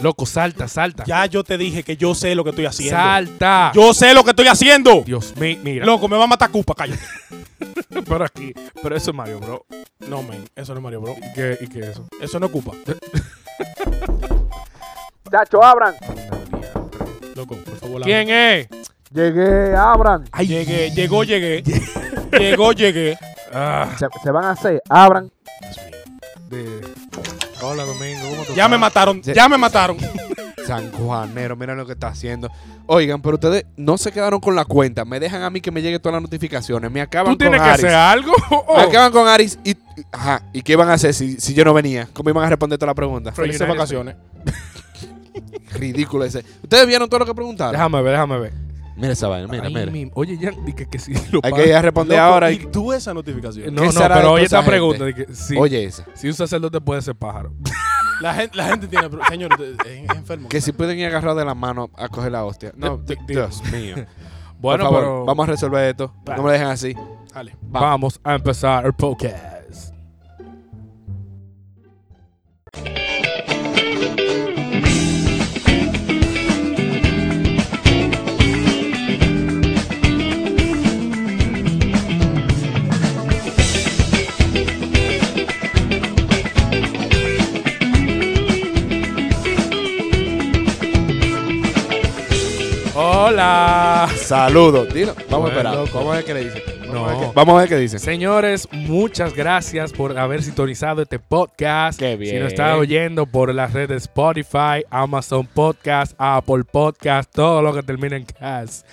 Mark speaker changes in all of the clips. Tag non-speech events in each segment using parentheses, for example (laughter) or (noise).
Speaker 1: Loco, salta, salta.
Speaker 2: Ya yo te dije que yo sé lo que estoy haciendo.
Speaker 1: Salta.
Speaker 2: Yo sé lo que estoy haciendo.
Speaker 1: Dios mío, mira.
Speaker 2: Loco, me va a matar Cupa, cállate.
Speaker 1: Pero aquí. Pero eso es Mario, bro.
Speaker 2: No, men, eso no es Mario Bro.
Speaker 1: ¿Y qué, y qué es eso?
Speaker 2: Eso no es Cupa.
Speaker 3: Chacho, abran.
Speaker 2: Loco, por favor.
Speaker 1: ¿Quién es?
Speaker 3: Llegué, abran.
Speaker 2: Ay. (laughs) Llegué, llegó, llegué. llegó, llegué.
Speaker 1: Ah,
Speaker 3: Se, se van a hacer, abran.
Speaker 1: de... Hola, Domingo. ¿cómo tú
Speaker 2: Ya me
Speaker 1: estás?
Speaker 2: mataron, ya me mataron.
Speaker 4: San Juanero, mira lo que está haciendo. Oigan, pero ustedes no se quedaron con la cuenta. Me dejan a mí que me lleguen todas las notificaciones. Me acaban
Speaker 1: ¿Tú tienes
Speaker 4: con
Speaker 1: que
Speaker 4: Aris.
Speaker 1: hacer algo? (laughs) Oh.
Speaker 4: Me acaban con Aris y. y- Ajá. ¿Y qué iban a hacer si, si yo no venía? ¿Cómo iban a responder todas las preguntas?
Speaker 1: Pero
Speaker 2: Felices
Speaker 1: United
Speaker 2: vacaciones.
Speaker 4: Ridículo ese. ¿Ustedes vieron todo lo que preguntaron?
Speaker 1: Déjame ver, déjame ver.
Speaker 4: Mira esa vaina, mira,
Speaker 1: Ay,
Speaker 4: mira.
Speaker 1: mi- Oye, ya dije que sí lo
Speaker 4: Hay
Speaker 1: pago.
Speaker 4: que ir a responder ahora.
Speaker 2: ¿Y
Speaker 4: y-
Speaker 2: tú esa notificación?
Speaker 1: No,
Speaker 4: ¿Qué
Speaker 1: no,
Speaker 4: será de
Speaker 1: pero oye
Speaker 4: toda
Speaker 1: esta
Speaker 4: esa gente?
Speaker 1: pregunta. de que sí.
Speaker 4: Oye esa.
Speaker 1: Si un sacerdote puede ser pájaro.
Speaker 2: La gente, la gente tiene. pro- Señor, es es enfermo.
Speaker 4: Que si pueden ir agarrados de la mano a coger la hostia. No,
Speaker 1: De- de-
Speaker 4: Dios mío.
Speaker 1: Bueno,
Speaker 4: Por favor,
Speaker 1: pero
Speaker 4: vamos a resolver esto. No me lo dejen así.
Speaker 2: Dale.
Speaker 1: vamos a empezar el podcast. Hola.
Speaker 4: Saludos. Dilo. Vamos
Speaker 1: Bueno,
Speaker 4: a esperar.
Speaker 1: loco.
Speaker 4: Vamos a ver qué le dice. Vamos,
Speaker 1: No.
Speaker 4: a, ver qué, vamos a ver qué dice.
Speaker 1: Señores, muchas gracias por haber sintonizado este podcast.
Speaker 4: Qué bien.
Speaker 1: Si nos está oyendo por las redes Spotify, Amazon Podcast, Apple Podcast, todo lo que termina en
Speaker 4: (laughs)
Speaker 1: cast.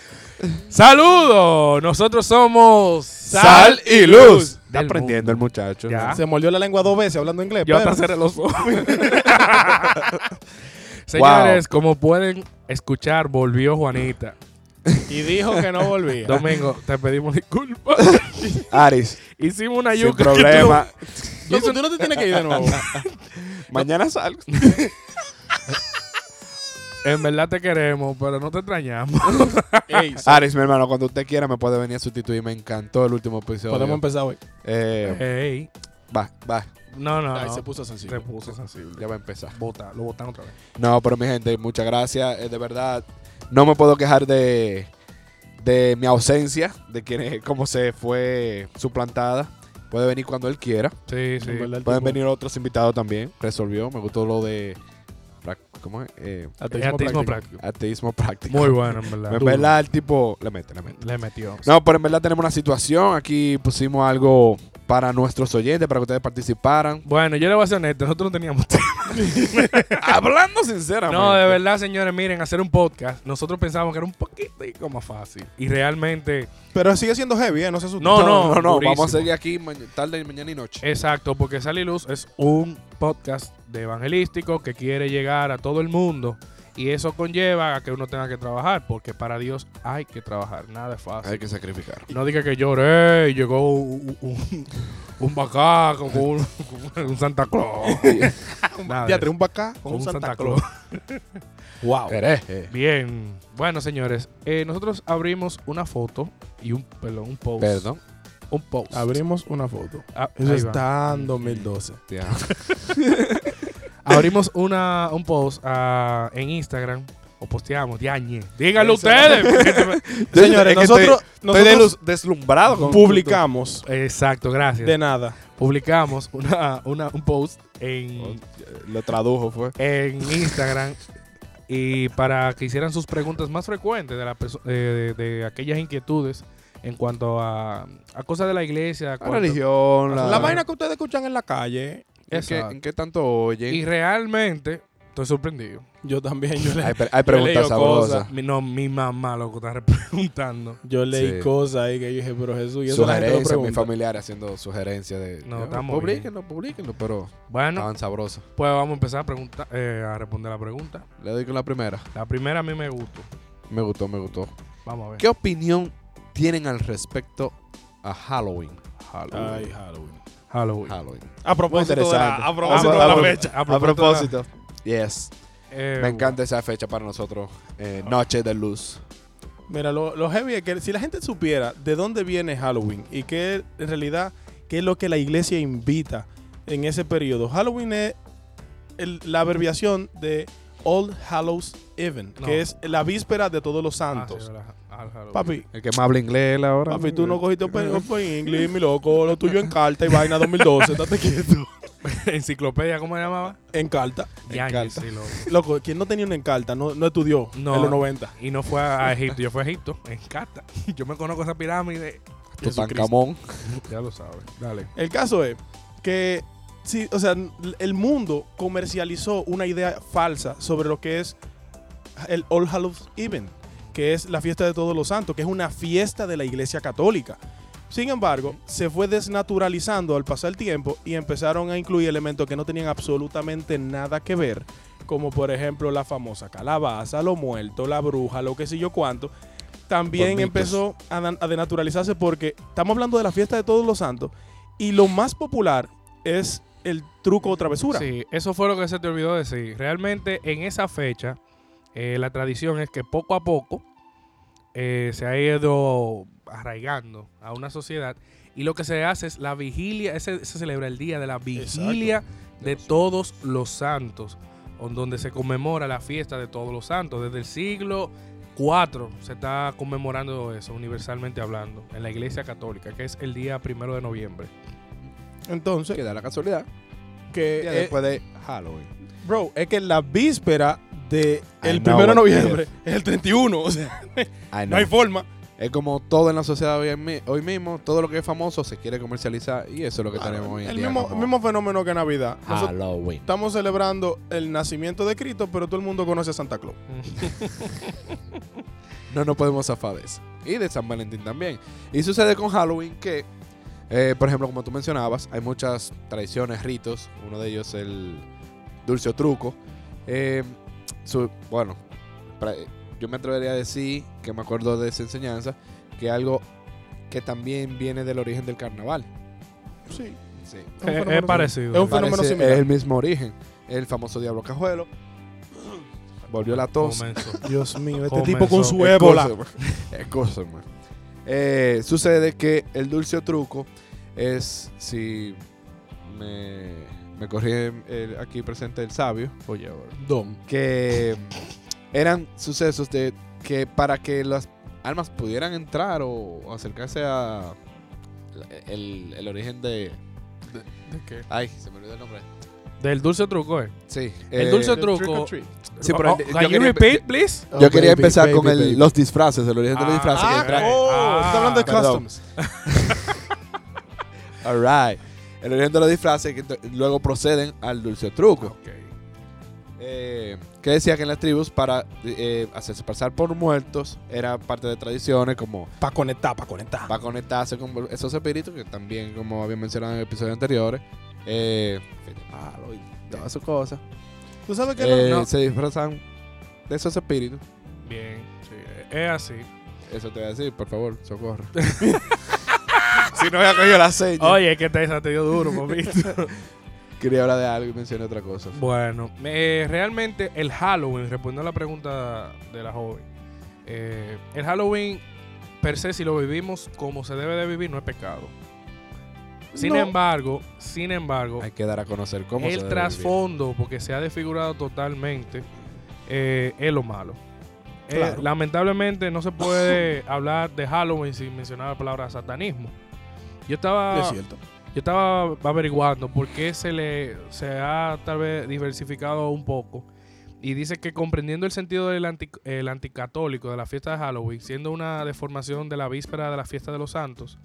Speaker 1: Saludos, nosotros somos
Speaker 4: Sal y luz. Está
Speaker 1: Del
Speaker 4: aprendiendo el muchacho.
Speaker 1: Ya.
Speaker 2: Se mordió la lengua dos veces hablando inglés.
Speaker 1: Yo hasta
Speaker 2: pero-
Speaker 1: cerré los ojos.
Speaker 4: (laughs)
Speaker 1: Señores, como pueden escuchar, volvió Juanita.
Speaker 2: Y dijo que no
Speaker 4: (laughs)
Speaker 2: volvía.
Speaker 1: Domingo, te pedimos disculpas.
Speaker 2: (laughs)
Speaker 4: Aris,
Speaker 1: Hicimos una
Speaker 4: sin
Speaker 1: yuca.
Speaker 4: problema.
Speaker 2: Loco, tú no te tienes que ir de (laughs) nuevo.
Speaker 4: Mañana salgo.
Speaker 1: En verdad te queremos, pero no te extrañamos.
Speaker 2: Ey,
Speaker 4: Aris, mi hermano, cuando usted quiera me puede venir a sustituir. Me encantó el último episodio.
Speaker 2: podemos empezar hoy.
Speaker 4: Eh,
Speaker 1: Ey.
Speaker 4: va, va.
Speaker 1: No, no.
Speaker 2: Ahí
Speaker 1: no.
Speaker 2: se puso sencillo.
Speaker 1: Se puso sensible.
Speaker 4: Ya va a empezar.
Speaker 1: Bota, lo botaron otra vez.
Speaker 4: No, pero mi gente, muchas gracias. Eh, de verdad, no me puedo quejar de, de mi ausencia, de quienes, cómo se fue suplantada. Puede venir cuando él quiera.
Speaker 1: Sí,
Speaker 2: En verdad, el
Speaker 4: Pueden
Speaker 2: tipo-
Speaker 4: venir otros invitados también. Resolvió. Me gustó lo de. prac- ¿Cómo es? Eh,
Speaker 2: Ateísmo
Speaker 1: ateísmo
Speaker 2: práctico.
Speaker 1: práctico.
Speaker 4: ateísmo práctico.
Speaker 1: Muy bueno, en verdad.
Speaker 4: En verdad, el tipo le mete, le mete.
Speaker 1: Le metió.
Speaker 4: No, pero en verdad tenemos una situación. Aquí pusimos algo para nuestros oyentes, para que ustedes participaran.
Speaker 1: Bueno, yo le voy a ser honesto, nosotros no (laughs) teníamos tiempo.
Speaker 4: (laughs) Hablando sinceramente.
Speaker 1: No, de verdad, señores, miren, hacer un podcast, nosotros pensábamos que era un poquitico más fácil. Y realmente,
Speaker 2: Pero sigue siendo heavy, ¿eh? No se asusten.
Speaker 1: No,
Speaker 4: No, no, no,
Speaker 1: durísimo. Eh,
Speaker 4: vamos a seguir aquí ma- tarde, mañana y noche.
Speaker 1: exacto, porque Sal y Luz es un podcast de evangelístico que quiere llegar a todo el mundo. Y eso conlleva a que uno tenga que trabajar, porque para Dios hay que trabajar, nada es fácil.
Speaker 4: Hay que sacrificar. (laughs)
Speaker 1: No diga que lloré, y llegó un, un, un bacaco con un, (laughs) con un Santa Claus. Nada de
Speaker 2: Ya,
Speaker 1: eso.
Speaker 2: trae un bacá con un Santa, Claus. Wow.
Speaker 4: Hereje.
Speaker 1: (laughs) Bien. Bueno, señores, eh, nosotros abrimos una foto y un, perdón, un post.
Speaker 4: Perdón.
Speaker 1: Un post.
Speaker 2: Abrimos una foto.
Speaker 1: Ah,
Speaker 2: Eso
Speaker 1: ahí va.
Speaker 2: está en 2012.
Speaker 4: tía.
Speaker 1: Abrimos una, un post ah, en Instagram o posteamos, diañe. Díganlo
Speaker 2: Eso. (laughs)
Speaker 1: ustedes. este
Speaker 2: Señores,
Speaker 4: Es que
Speaker 2: nosotros,
Speaker 4: Estoy
Speaker 2: nosotros
Speaker 4: delu- deslumbrado con
Speaker 2: publicamos
Speaker 1: Exacto, gracias.
Speaker 2: de nada.
Speaker 1: Publicamos una, una, un post en,
Speaker 4: Mm. Lo tradujo, fue.
Speaker 1: en Instagram y para que hicieran sus preguntas más frecuentes de, la perso- eh, de, de aquellas inquietudes en cuanto a, a cosas de la iglesia.
Speaker 4: La
Speaker 1: cuanto-
Speaker 4: religión, la.
Speaker 2: La vaina que ustedes escuchan en la calle,
Speaker 4: ¿En qué,
Speaker 1: Exacto.
Speaker 4: en qué tanto oyen?
Speaker 1: Y realmente estoy sorprendido.
Speaker 2: yo también, yo
Speaker 4: Hay,
Speaker 1: (laughs)
Speaker 2: le,
Speaker 4: pre- hay
Speaker 2: leído
Speaker 4: preguntas sabrosas.
Speaker 2: cosas.
Speaker 1: Mi, no, mi mamá, loco, está (laughs) preguntando.
Speaker 2: yo leí
Speaker 4: Sí.
Speaker 2: cosas ahí que yo dije, pero Jesús, y eso la gente lo
Speaker 4: Sugerencias, mis
Speaker 2: pregunta.
Speaker 4: familiares haciendo sugerencias de.
Speaker 1: No,
Speaker 4: Ya,
Speaker 1: estamos
Speaker 4: Publíquenlo, publíquenlo, pero
Speaker 2: Ah,
Speaker 1: Bueno,
Speaker 4: estaban sabrosas.
Speaker 1: pues vamos a empezar a, preguntar, eh, a responder la pregunta.
Speaker 4: Le doy con la primera.
Speaker 1: La primera a mí me gustó.
Speaker 4: Me gustó, me gustó.
Speaker 1: Vamos a ver.
Speaker 4: ¿Qué opinión tienen al respecto a Halloween?
Speaker 2: Ay, Halloween.
Speaker 1: Halloween.
Speaker 4: Halloween.
Speaker 2: A propósito de la,
Speaker 4: Interesante.
Speaker 2: Pues a propósito de la
Speaker 4: Ah,
Speaker 2: fecha.
Speaker 1: A propósito.
Speaker 4: Yes.
Speaker 1: Eh,
Speaker 4: Me encanta esa fecha para nosotros. eh,
Speaker 2: Ah.
Speaker 4: Noche de luz.
Speaker 2: Mira, lo, lo heavy es que si la gente supiera de dónde viene Halloween y qué en realidad qué es lo que la iglesia invita en ese periodo. Halloween es el- la abreviación de All Hallows Even,
Speaker 1: No.
Speaker 2: que es la víspera de todos los
Speaker 1: Ah, sí,
Speaker 2: santos.
Speaker 1: verdad. Al Halloween.
Speaker 2: Papi,
Speaker 4: El que más habla inglés él ahora.
Speaker 2: Papi, tú no cogiste open, open English, mi loco. Lo tuyo en carta y vaina 2012. Date quieto.
Speaker 1: (laughs) Enciclopedia, ¿cómo se llamaba?
Speaker 2: En carta.
Speaker 1: Yañez, sí, loco.
Speaker 2: Loco, quien no tenía una encarta no, no estudió
Speaker 1: No.
Speaker 2: en los 90.
Speaker 1: Y no fue a Egipto, yo fui a Egipto, en Cata. (laughs) Yo me conozco esa pirámide.
Speaker 4: Tutankamón.
Speaker 2: (laughs)
Speaker 1: Ya lo sabes, dale.
Speaker 2: El caso es que, sí, o sea, el mundo comercializó una idea falsa sobre lo que es el All Hallows Even, que es la fiesta de todos los santos, que es una fiesta de la iglesia católica. Sin embargo, se fue desnaturalizando al pasar el tiempo y empezaron a incluir elementos que no tenían absolutamente nada que ver, como por ejemplo la famosa calabaza, lo muerto, la bruja, lo que sé yo cuánto. También
Speaker 4: Bonitos.
Speaker 2: empezó a, dan- a denaturalizarse porque estamos hablando de la fiesta de todos los santos y lo más popular es el truco o travesura.
Speaker 1: Sí, eso fue lo que se te olvidó decir. Realmente en esa fecha, eh, la tradición es que poco a poco eh, se ha ido arraigando a una sociedad y lo que se hace es la vigilia, ese- se celebra el día de la vigilia de todos los santos, on- donde se conmemora la fiesta de todos los santos. Desde el siglo IV se está conmemorando eso, universalmente hablando, en la Iglesia Católica, que es el día primero de noviembre.
Speaker 2: Entonces,
Speaker 4: Que da la casualidad.
Speaker 2: que
Speaker 4: Ya
Speaker 2: eh,
Speaker 4: después de Halloween.
Speaker 2: Bro, es que la víspera de
Speaker 4: I
Speaker 2: el
Speaker 4: know
Speaker 2: primero de
Speaker 4: what it
Speaker 2: noviembre es el 31, o sea,
Speaker 4: I
Speaker 2: no
Speaker 4: know.
Speaker 2: hay forma.
Speaker 4: es como todo en la sociedad hoy, en mi- hoy mismo. Todo lo que es famoso se quiere comercializar. Y eso es lo que tenemos hoy en
Speaker 2: el
Speaker 4: día.
Speaker 2: mismo,
Speaker 4: como
Speaker 2: mismo fenómeno que Navidad. Nosotros
Speaker 4: Halloween.
Speaker 2: estamos celebrando el nacimiento de Cristo, pero todo el mundo conoce a Santa Claus.
Speaker 4: No nos podemos zafar de eso. Y de San Valentín también. Y sucede con Halloween que, eh, por ejemplo, como tú mencionabas, hay muchas tradiciones, ritos. Uno de ellos el dulce o truco. Eh, su- bueno, pra- yo me atrevería a decir que me acuerdo de esa enseñanza, que algo que también viene del origen del carnaval.
Speaker 2: Sí,
Speaker 4: Sí.
Speaker 2: es un
Speaker 1: Es,
Speaker 2: fenómeno
Speaker 1: parecido.
Speaker 2: Es un fenómeno
Speaker 4: Parece-
Speaker 2: similar.
Speaker 4: Es el mismo origen. El famoso diablo cajuelo. (clears throat) Volvió la tos.
Speaker 1: Comenzó.
Speaker 2: similar. Dios mío, este
Speaker 1: Comenzó.
Speaker 2: tipo con su
Speaker 4: Es
Speaker 2: ébola.
Speaker 4: cosa, man. (laughs) Es cosa, man. Eh, sucede que el dulce o truco es, si me, me corrige el- aquí presente el sabio,
Speaker 1: Oye, ahora.
Speaker 2: Don.
Speaker 4: que eran sucesos de que para que las almas pudieran entrar o, o acercarse a el, el origen de...
Speaker 2: ¿De qué?
Speaker 4: Ay, se me olvidó el nombre.
Speaker 1: Del dulce truco, ¿eh?
Speaker 4: Sí.
Speaker 1: El
Speaker 4: eh,
Speaker 1: dulce
Speaker 2: The
Speaker 1: truco.
Speaker 2: trick or treat.
Speaker 4: Sí, pero
Speaker 1: Oh,
Speaker 4: el-
Speaker 1: can
Speaker 4: yo
Speaker 1: you
Speaker 4: quería-
Speaker 1: repeat, please?
Speaker 2: Oh,
Speaker 4: Yo quería
Speaker 2: baby,
Speaker 4: empezar
Speaker 2: baby,
Speaker 4: con el-
Speaker 2: baby.
Speaker 4: los disfraces, el origen de los
Speaker 1: Ah,
Speaker 4: disfraces.
Speaker 1: ah,
Speaker 4: que
Speaker 2: Ah,
Speaker 4: entra-
Speaker 2: oh, está hablando de
Speaker 4: Ah, perdón.
Speaker 2: customs.
Speaker 4: All right. El origen de los disfraces que ento- luego proceden al dulce o truco. Eh, que decía que en las tribus para eh, hacerse pasar por muertos era parte de tradiciones como
Speaker 2: Para conectar, para conectar.
Speaker 4: para conectarse con esos espíritus que también como había mencionado en episodios anteriores eh, Felipe
Speaker 1: Ah,
Speaker 4: Malo y todas sus cosas
Speaker 2: ¿Tú sabes que
Speaker 4: eh,
Speaker 2: no?
Speaker 4: se disfrazan de esos espíritus
Speaker 1: Bien, sí. Es así.
Speaker 4: eso te voy a decir por favor socorro (laughs) si no había cogido la seña
Speaker 1: Oye, que te, esa te dio
Speaker 4: (laughs)
Speaker 1: duro, papito.
Speaker 4: quería hablar de algo y mencioné otra cosa
Speaker 1: bueno, eh, realmente el Halloween, respondiendo a la pregunta de la joven, eh, el Halloween, per se, si lo vivimos como se debe de vivir, no es pecado. Sin
Speaker 2: No.
Speaker 1: embargo, sin embargo,
Speaker 4: hay que dar a conocer cómo se
Speaker 1: el
Speaker 4: debe
Speaker 1: trasfondo, porque se ha desfigurado totalmente, eh, es lo malo. Eh,
Speaker 2: Claro.
Speaker 1: lamentablemente no se puede hablar de Halloween sin mencionar la palabra satanismo. Yo estaba,
Speaker 2: Es
Speaker 1: yo
Speaker 2: cierto.
Speaker 1: estaba averiguando por qué se le se ha tal vez diversificado un poco. Y dice que comprendiendo el sentido del anti- el anticatólico de la fiesta de Halloween, siendo una deformación de la víspera de la fiesta de los santos,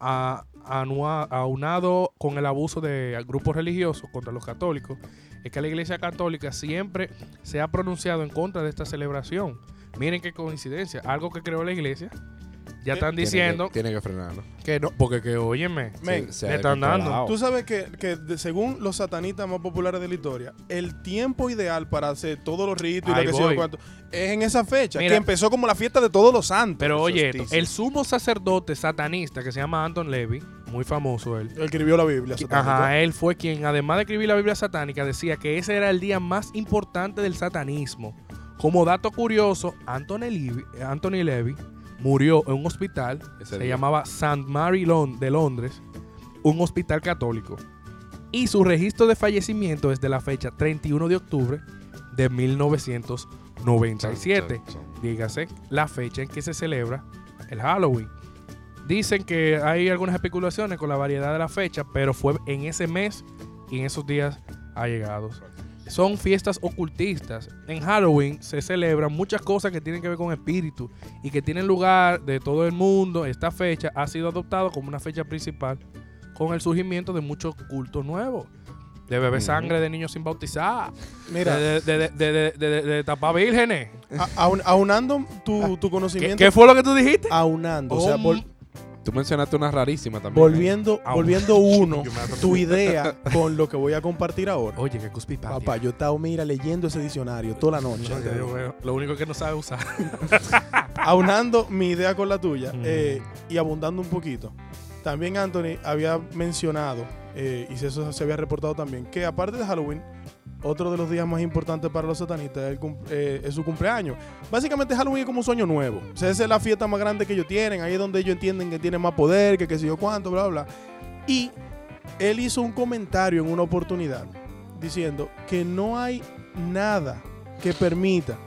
Speaker 1: a- anua- aunado con el abuso de grupos religiosos contra los católicos, es que la Iglesia Católica siempre se ha pronunciado en contra de esta celebración. Miren qué coincidencia, algo que creó la Iglesia. Ya están
Speaker 4: vivir. Tiene que-
Speaker 1: diciendo
Speaker 4: tiene que frenarlo
Speaker 1: que no, porque que óyeme,
Speaker 2: Men,
Speaker 4: Se- se
Speaker 1: le
Speaker 4: ha
Speaker 1: están dando.
Speaker 4: descontrolado.
Speaker 2: Tú sabes que, que de- según los satanistas más populares de la historia, el tiempo ideal para hacer todos los ritos y
Speaker 1: Ahí
Speaker 2: lo que sea
Speaker 1: voy.
Speaker 2: cuánto es en esa fecha,
Speaker 1: Mira.
Speaker 2: que empezó como la fiesta de todos los santos.
Speaker 1: Pero oye, esto,
Speaker 2: solsticio.
Speaker 1: el sumo sacerdote satanista que se llama Anton Levy, muy famoso él,
Speaker 2: Él escribió la Biblia. satánico.
Speaker 1: Ajá, él fue quien, además de escribir la Biblia satánica, decía que ese era el día más importante del satanismo. Como dato curioso, Anthony Levy, Anthony Levy murió en un hospital,
Speaker 4: Ese
Speaker 1: se
Speaker 4: día.
Speaker 1: llamaba St. Mary Lon- de Londres, un hospital católico. Y su registro de fallecimiento es de la fecha 31 de octubre de 1997.
Speaker 4: Chan, chan, chan.
Speaker 1: Dígase la fecha en que se celebra el Halloween. Dicen que hay algunas especulaciones con la variedad de la fecha, pero fue en ese mes y en esos días allegados. Son fiestas ocultistas. En Halloween se celebran muchas cosas que tienen que ver con espíritus y que tienen lugar de todo el mundo. Esta fecha ha sido adoptada como una fecha principal con el surgimiento de muchos cultos nuevos. De beber
Speaker 4: Ujú.
Speaker 1: sangre de niños sin bautizar.
Speaker 2: Mira,
Speaker 1: De, de, de- de- de- de- de- de tapar vírgenes.
Speaker 2: a- aun- aunando tu, tu
Speaker 1: eh. Ah, ¿Qué,
Speaker 2: conocimiento,
Speaker 1: qué fue lo que tú dijiste?
Speaker 2: aunando, o sea,
Speaker 1: Oh,
Speaker 2: vol-
Speaker 4: Tú mencionaste una rarísima también.
Speaker 2: volviendo,
Speaker 1: Aun- (laughs)
Speaker 2: volviendo uno,
Speaker 1: Yo me Oh, ato-
Speaker 2: tu idea con lo que voy a compartir ahora.
Speaker 1: Oye, que cuspipatia.
Speaker 2: Papá, yo estaba, mira, leyendo ese diccionario toda la noche.
Speaker 1: Oye, Dios mío, Lo único que no sabe usar.
Speaker 2: aunando mi idea con la tuya
Speaker 1: Mm.
Speaker 2: eh, y abundando un poquito. También Anthony había mencionado, eh, y eso se había reportado también, que aparte de Halloween, otro de los días más importantes para los satanistas es, el cum- eh, es su cumpleaños. Básicamente Halloween es como un sueño nuevo. O sea, esa es la fiesta más grande que ellos tienen, ahí es donde ellos entienden que tienen más poder, que qué sé yo cuánto, bla, bla. Y él hizo un comentario en una oportunidad diciendo que no hay nada que permita